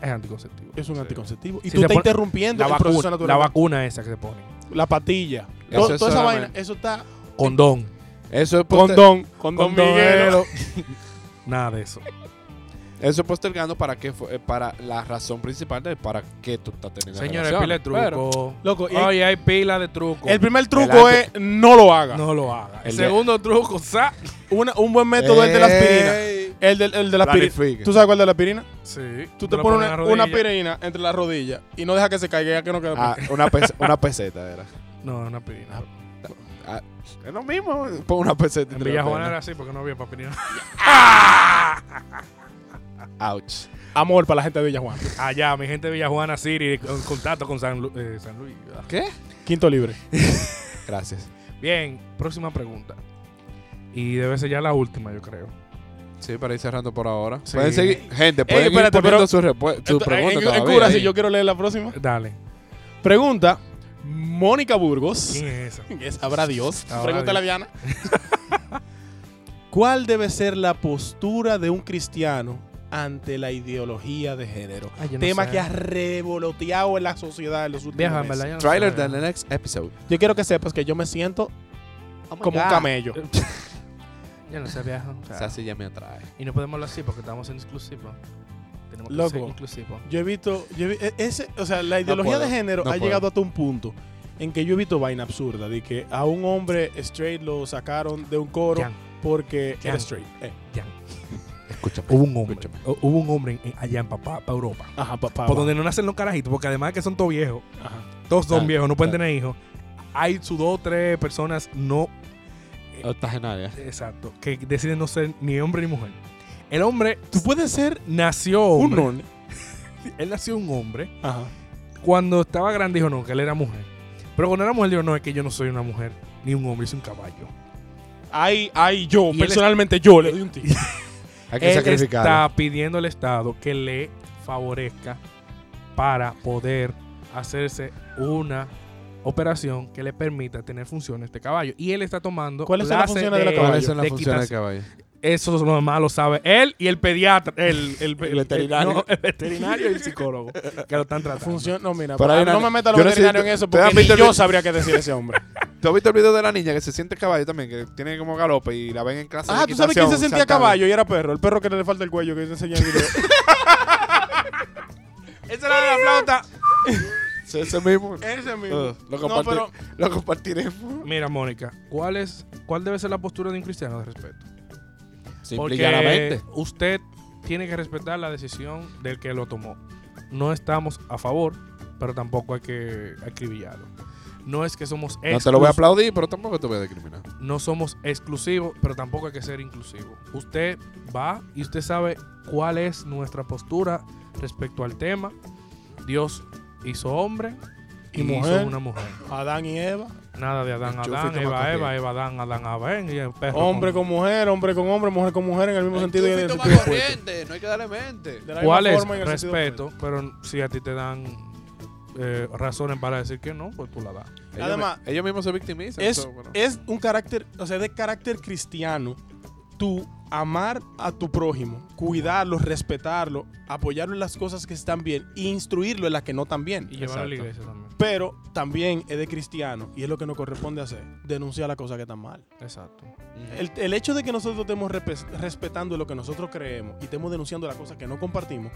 Speaker 1: Es anticonceptivo.
Speaker 2: es un
Speaker 4: Sí.
Speaker 2: anticonceptivo, y
Speaker 1: Si
Speaker 2: tú
Speaker 1: se
Speaker 2: estás
Speaker 1: pone-
Speaker 2: interrumpiendo
Speaker 1: La
Speaker 2: el proceso
Speaker 1: vacuna,
Speaker 2: natural.
Speaker 1: la vacuna esa que se pone.
Speaker 2: La patilla.
Speaker 4: Eso
Speaker 2: To-
Speaker 4: es
Speaker 2: toda esa
Speaker 4: solamente-
Speaker 2: vaina, eso está.
Speaker 1: Condón.
Speaker 4: Eso es poster-
Speaker 2: Condón. Condón,
Speaker 1: Condonero. Nada de eso.
Speaker 4: Eso es postergando para que fue- eh, para la razón principal de para qué tú estás teniendo
Speaker 1: Señores,
Speaker 4: relaciones.
Speaker 1: pila de
Speaker 4: Pero
Speaker 1: truco.
Speaker 2: Loco, y hay-
Speaker 1: Oye, hay pila de truco.
Speaker 2: el primer truco es no lo haga.
Speaker 1: no lo haga. El,
Speaker 4: El de-
Speaker 1: segundo truco, sa.
Speaker 2: Una- un buen método es de la
Speaker 1: Eh.
Speaker 2: aspirina.
Speaker 4: Ey,
Speaker 2: El de, el de la aspirina.
Speaker 4: Planifica.
Speaker 2: ¿Tú sabes cuál de la aspirina?
Speaker 1: Sí.
Speaker 2: Tú te
Speaker 1: lo
Speaker 2: pones
Speaker 1: en
Speaker 2: una,
Speaker 1: la
Speaker 2: una
Speaker 1: rodilla.
Speaker 2: aspirina entre las rodillas y no deja que se caiga ya que no quede.
Speaker 4: Ah, una, pes- una peseta era.
Speaker 1: No, una pirina.
Speaker 4: Ah, es lo mismo. Pon una peseta.
Speaker 1: En
Speaker 4: entre
Speaker 1: Villa
Speaker 4: las
Speaker 1: Juana era
Speaker 4: piernas.
Speaker 1: así porque no había papirina.
Speaker 4: Ouch.
Speaker 2: Amor para la gente de Villa Juana.
Speaker 1: (laughs) Allá, mi gente de Villajuana, Siri, en contacto con San, Lu- eh, San Luis. ¿verdad?
Speaker 4: ¿Qué?
Speaker 2: Quinto libre.
Speaker 4: Gracias.
Speaker 1: Bien, próxima pregunta. Y debe ser ya la última, yo creo.
Speaker 4: Sí, para ir cerrando por ahora.
Speaker 1: Sí.
Speaker 4: Pueden seguir. Gente, pueden
Speaker 2: espérate,
Speaker 4: ir
Speaker 2: pero-
Speaker 4: poniendo sus repu- sus
Speaker 2: Entonces, en-
Speaker 4: preguntas
Speaker 2: en, en
Speaker 4: todavía
Speaker 2: cura,
Speaker 4: ahí.
Speaker 2: si yo quiero leer la próxima.
Speaker 1: Dale.
Speaker 2: Pregunta Mónica Burgos.
Speaker 1: ¿Quién es esa?
Speaker 2: (laughs) Que Sabrá Dios.
Speaker 1: Sabrá
Speaker 2: Pregúntale a Diana. (laughs) ¿Cuál debe ser la postura de un cristiano ante la ideología de género?
Speaker 1: Ay, Ah, yo no
Speaker 2: Tema
Speaker 1: sé.
Speaker 2: que ha revoloteado en la sociedad en los últimos
Speaker 1: Vieja, en
Speaker 2: meses.
Speaker 1: verdad, yo no
Speaker 4: Trailer
Speaker 1: sé.
Speaker 4: del next episode.
Speaker 2: Yo quiero que sepas que yo me siento
Speaker 4: Oh
Speaker 2: como un camello.
Speaker 1: Yo no sé, vieja. o sea,
Speaker 4: Sassy ya me atrae.
Speaker 1: y no podemos hablar así porque estamos siendo exclusivos. Tenemos que
Speaker 2: Loco.
Speaker 1: ser inclusivos.
Speaker 2: Yo he visto, yo he vi- e- ese, o sea, la ideología
Speaker 4: puedo,
Speaker 2: de género
Speaker 4: no
Speaker 2: ha
Speaker 4: puedo.
Speaker 2: llegado hasta un punto en que yo he visto vaina absurda de que a un hombre straight lo sacaron de un coro
Speaker 1: Jan,
Speaker 2: porque
Speaker 1: Jan.
Speaker 2: era straight. Eh,
Speaker 1: Jan.
Speaker 4: Escúchame.
Speaker 1: Hubo un hombre.
Speaker 4: Escúchame.
Speaker 1: hu- Hubo un hombre en- allá en papá, para Europa.
Speaker 2: ajá, papá.
Speaker 1: por donde no nacen los carajitos, porque además de que son todos viejos,
Speaker 2: Ajá.
Speaker 1: todos son
Speaker 4: Ah,
Speaker 1: viejos, no pueden
Speaker 4: claro.
Speaker 1: tener hijos. Hay sus dos o tres personas no
Speaker 4: No estás en área.
Speaker 1: Exacto, que deciden no ser ni hombre ni mujer. El hombre
Speaker 2: Tú puedes ser
Speaker 1: nació
Speaker 2: un
Speaker 1: hombre.
Speaker 2: non.
Speaker 1: Él nació un hombre.
Speaker 2: Ajá.
Speaker 1: Cuando estaba grande dijo no, que él era mujer. Pero cuando era mujer dijo no, es que yo no soy una mujer ni un hombre, soy un caballo.
Speaker 2: Ay, ay, yo,
Speaker 1: Y él
Speaker 2: personalmente yo le doy un tiro.
Speaker 4: Hay que
Speaker 1: él
Speaker 4: sacrificar.
Speaker 1: está pidiendo al Estado que le favorezca para poder hacerse una operación que le permita tener funciones de caballo. Y él está tomando
Speaker 2: ¿Cuáles son las
Speaker 1: clases
Speaker 2: funciones de la
Speaker 1: de,
Speaker 2: caballo?
Speaker 4: ¿Cuáles son las
Speaker 1: de
Speaker 4: funciones del
Speaker 1: equitación.
Speaker 4: caballo?
Speaker 1: Eso nomás lo sabe él y el pediatra, el, el, el-
Speaker 4: veterinario.
Speaker 1: no, el veterinario y el psicólogo que lo están tratando.
Speaker 2: (laughs) Funciona. No, mira,
Speaker 4: Pero hay una-
Speaker 2: no me meta los
Speaker 4: yo no sé si
Speaker 2: veterinarios
Speaker 4: tú-
Speaker 2: en eso
Speaker 4: ¿te has
Speaker 2: porque ni
Speaker 4: visto el
Speaker 2: yo
Speaker 4: vi-
Speaker 2: sabría qué decir ese
Speaker 4: (laughs)
Speaker 2: hombre.
Speaker 4: ¿Tú has visto el video de la niña que se siente caballo también? Que tiene como galope y la ven en clase de
Speaker 2: Ah, ¿tú sabes quién
Speaker 4: equitación,
Speaker 2: se sentía a
Speaker 4: saltando?
Speaker 2: caballo y era perro? El perro que le falta el cuello que se enseña el
Speaker 4: (laughs)
Speaker 2: video.
Speaker 1: Esa era la flauta.
Speaker 4: Sí, ese mismo.
Speaker 2: Ese mismo.
Speaker 4: Uh, lo,
Speaker 2: Eh, no,
Speaker 4: comparti-
Speaker 2: pero
Speaker 4: lo compartiremos.
Speaker 1: Mira, Mónica, ¿cuál es cuál debe ser la postura de un cristiano al respecto? Porque
Speaker 4: Simplemente.
Speaker 1: usted tiene que respetar la decisión del que lo tomó. No estamos a favor, pero tampoco hay que acribillarlo. No es que somos
Speaker 4: No te lo voy a
Speaker 1: exclus-
Speaker 4: aplaudir, pero tampoco te voy
Speaker 2: (laughs)
Speaker 4: a discriminar.
Speaker 1: no somos exclusivos, pero tampoco hay que ser inclusivos. Usted va y usted sabe cuál es nuestra postura respecto al tema. Dios hizo hombre y,
Speaker 2: Y mujer.
Speaker 1: hizo una mujer.
Speaker 2: Adán y Eva.
Speaker 1: Nada de Adán,
Speaker 4: Enchufe
Speaker 1: Adán,
Speaker 4: que
Speaker 1: Eva,
Speaker 4: mata
Speaker 1: Eva,
Speaker 4: bien.
Speaker 1: Eva, Adán, Adán, Abén y el perro.
Speaker 2: Hombre
Speaker 1: con-
Speaker 2: con mujer, hombre con hombre, mujer con mujer en el mismo sentido y en el sentido opuesto.
Speaker 4: no hay que darle mente.
Speaker 2: De la misma
Speaker 1: ¿Cuál es?
Speaker 2: forma y en el sentido
Speaker 1: Respeto, pero si a ti te dan eh, razones para decir que no, pues tú la das.
Speaker 4: Ellos,
Speaker 2: Además-
Speaker 4: mi- ellos mismos se victimizan.
Speaker 2: es,
Speaker 4: so, bueno.
Speaker 2: es un carácter, o sea, de carácter cristiano, tú amar a tu prójimo, cuidarlo, respetarlo, apoyarlo en las cosas que están bien, e instruirlo en las que no están bien.
Speaker 1: Y llevarla a la
Speaker 4: Exacto.
Speaker 1: iglesia también.
Speaker 2: Pero también es de cristiano, y es lo que nos corresponde hacer, denunciar las cosas que están mal.
Speaker 1: Exacto.
Speaker 2: El, el hecho de que nosotros estemos respe- respetando lo que nosotros creemos y estemos denunciando las cosas que no compartimos,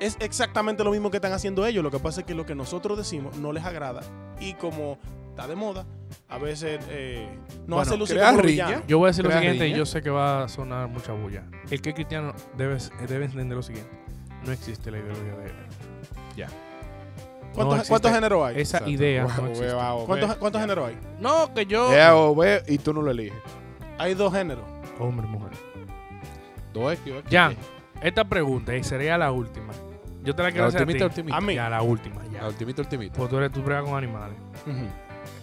Speaker 2: es exactamente lo mismo que están haciendo ellos. Lo que pasa es que lo que nosotros decimos no les agrada, y como está de moda, a veces eh, no
Speaker 1: Bueno,
Speaker 2: hace lucir
Speaker 4: crea
Speaker 2: como los
Speaker 4: riña.
Speaker 2: villanos.
Speaker 1: Yo voy a decir lo
Speaker 4: Crea
Speaker 1: siguiente y
Speaker 4: riña.
Speaker 1: yo sé que va a sonar mucha bulla. El que es cristiano debe, debe entender lo siguiente. No existe la ideología de Ya.
Speaker 2: ¿Cuántos,
Speaker 1: existe.
Speaker 2: cuántos géneros hay?
Speaker 1: Esa
Speaker 4: Exacto.
Speaker 1: idea
Speaker 4: Guau,
Speaker 1: no
Speaker 4: ve,
Speaker 1: existe.
Speaker 4: guau, ve.
Speaker 2: ¿Cuántos, cuántos géneros hay?
Speaker 1: No, que yo...
Speaker 4: Vea o ve y tú no lo eliges.
Speaker 2: Hay dos géneros.
Speaker 1: Hombre, mujer.
Speaker 4: Dos equis, dos
Speaker 1: Jan,
Speaker 4: equis.
Speaker 1: esta pregunta y sería la última. Yo te la quiero
Speaker 4: La
Speaker 1: hacer a ti.
Speaker 4: ultimita, ultimita.
Speaker 2: A mí.
Speaker 1: Ya, la última, ya.
Speaker 4: La ultimita, ultimita.
Speaker 1: Porque tú eres tu brega con animales.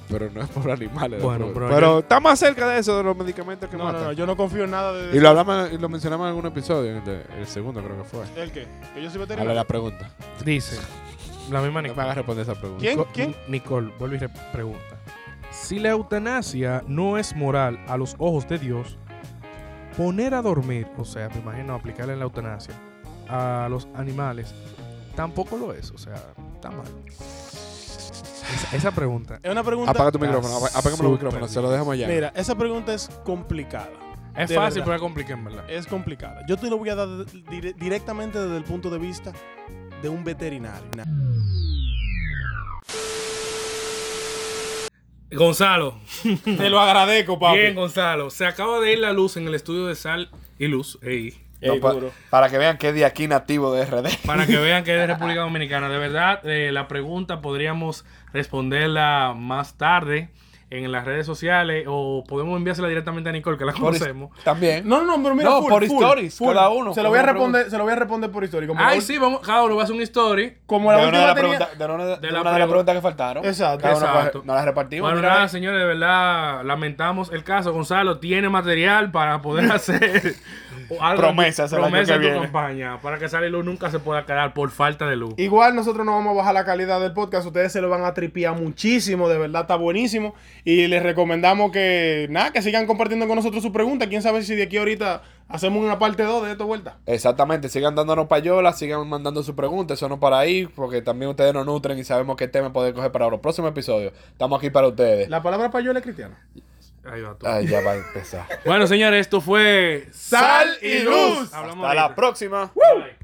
Speaker 4: Pero no es por animales.
Speaker 1: Bueno,
Speaker 4: por-
Speaker 1: pero
Speaker 4: pero,
Speaker 1: yo-
Speaker 4: está más cerca de eso, de los medicamentos que
Speaker 2: No, no,
Speaker 4: matan.
Speaker 2: no, yo no confío en nada de...
Speaker 4: Y lo hablamos, y lo mencionamos en algún episodio, en el, de- el segundo creo que fue.
Speaker 2: ¿El qué? Que yo soy
Speaker 4: Habla de
Speaker 2: veterinario.
Speaker 4: la pregunta.
Speaker 1: Dice, la misma
Speaker 4: No me
Speaker 1: Nicole.
Speaker 4: hagas responder esa pregunta.
Speaker 2: ¿Quién?
Speaker 1: Nico- Nicole, vuelvo y re- pregunta. Si la eutanasia no es moral a los ojos de Dios, poner a dormir, o sea, me imagino aplicarle la eutanasia a los animales, tampoco lo es, o sea, está mal. Esa, esa pregunta.
Speaker 2: Es una pregunta...
Speaker 4: Apaga tu micrófono, apa- apagamos
Speaker 1: Súper
Speaker 4: los micrófonos, se lo dejamos allá.
Speaker 2: Mira, esa pregunta es complicada.
Speaker 1: Es
Speaker 2: De
Speaker 1: fácil,
Speaker 2: verdad.
Speaker 1: pero es complicada, en verdad.
Speaker 2: Es complicada. Yo te lo voy a dar dire- directamente desde el punto de vista de un veterinario.
Speaker 1: Gonzalo,
Speaker 2: Te lo agradezco,
Speaker 1: Gonzalo. Se acaba de ir la luz en el estudio de sal y luz.
Speaker 2: Ey,
Speaker 4: No, pa-
Speaker 2: duro.
Speaker 4: para que vean que es de aquí nativo de RD.
Speaker 1: Para que vean que es de República Dominicana. De verdad, eh, la pregunta podríamos responderla más tarde en las redes sociales o podemos enviársela directamente a Nicole, que la conocemos.
Speaker 4: (laughs) También.
Speaker 2: No, no, no, pero mira,
Speaker 4: No,
Speaker 2: full,
Speaker 4: por
Speaker 2: full,
Speaker 4: stories,
Speaker 2: full.
Speaker 4: cada uno,
Speaker 2: Se lo
Speaker 4: cada
Speaker 2: voy a
Speaker 4: uno
Speaker 2: responder, se lo voy a responder por historia. Como la
Speaker 1: Ay,
Speaker 2: ul-
Speaker 1: sí, vamos, cada uno va a hacer una story.
Speaker 2: Como la
Speaker 4: De una
Speaker 2: última
Speaker 4: de las
Speaker 2: tenía-
Speaker 4: preguntas- de una de-
Speaker 1: de
Speaker 4: de
Speaker 1: la
Speaker 4: una de las
Speaker 1: pregun-
Speaker 4: preguntas que faltaron.
Speaker 2: Exacto.
Speaker 4: Cada uno coge-
Speaker 1: Exacto.
Speaker 4: nos las repartimos.
Speaker 1: Bueno,
Speaker 4: mira,
Speaker 1: nada, señores, de verdad, lamentamos el caso. Gonzalo tiene material para poder
Speaker 4: (laughs)
Speaker 1: hacer algo-
Speaker 4: Promesas el año
Speaker 1: promesas
Speaker 4: que
Speaker 1: en tu
Speaker 4: viene.
Speaker 1: campaña para que Sale Luz nunca se pueda quedar por falta de luz.
Speaker 2: Igual nosotros no vamos a bajar la calidad del podcast, ustedes se lo van a tripear muchísimo, de verdad está buenísimo. Y les recomendamos que nada, que sigan compartiendo con nosotros sus preguntas. Quién sabe si de aquí ahorita hacemos una parte 2 de esta vuelta.
Speaker 4: Exactamente, sigan dándonos payolas, sigan mandando sus preguntas, eso no para ahí, porque también ustedes nos nutren y sabemos qué tema poder coger para los próximos episodios. Estamos aquí para ustedes.
Speaker 2: La palabra payola es cristiana.
Speaker 1: Ahí va todo.
Speaker 4: Ay, ya va a empezar.
Speaker 1: Bueno, señores, esto fue
Speaker 2: Sal y Luz.
Speaker 1: Hablamos
Speaker 4: Hasta la
Speaker 1: ahorita.
Speaker 4: próxima.
Speaker 1: Bye.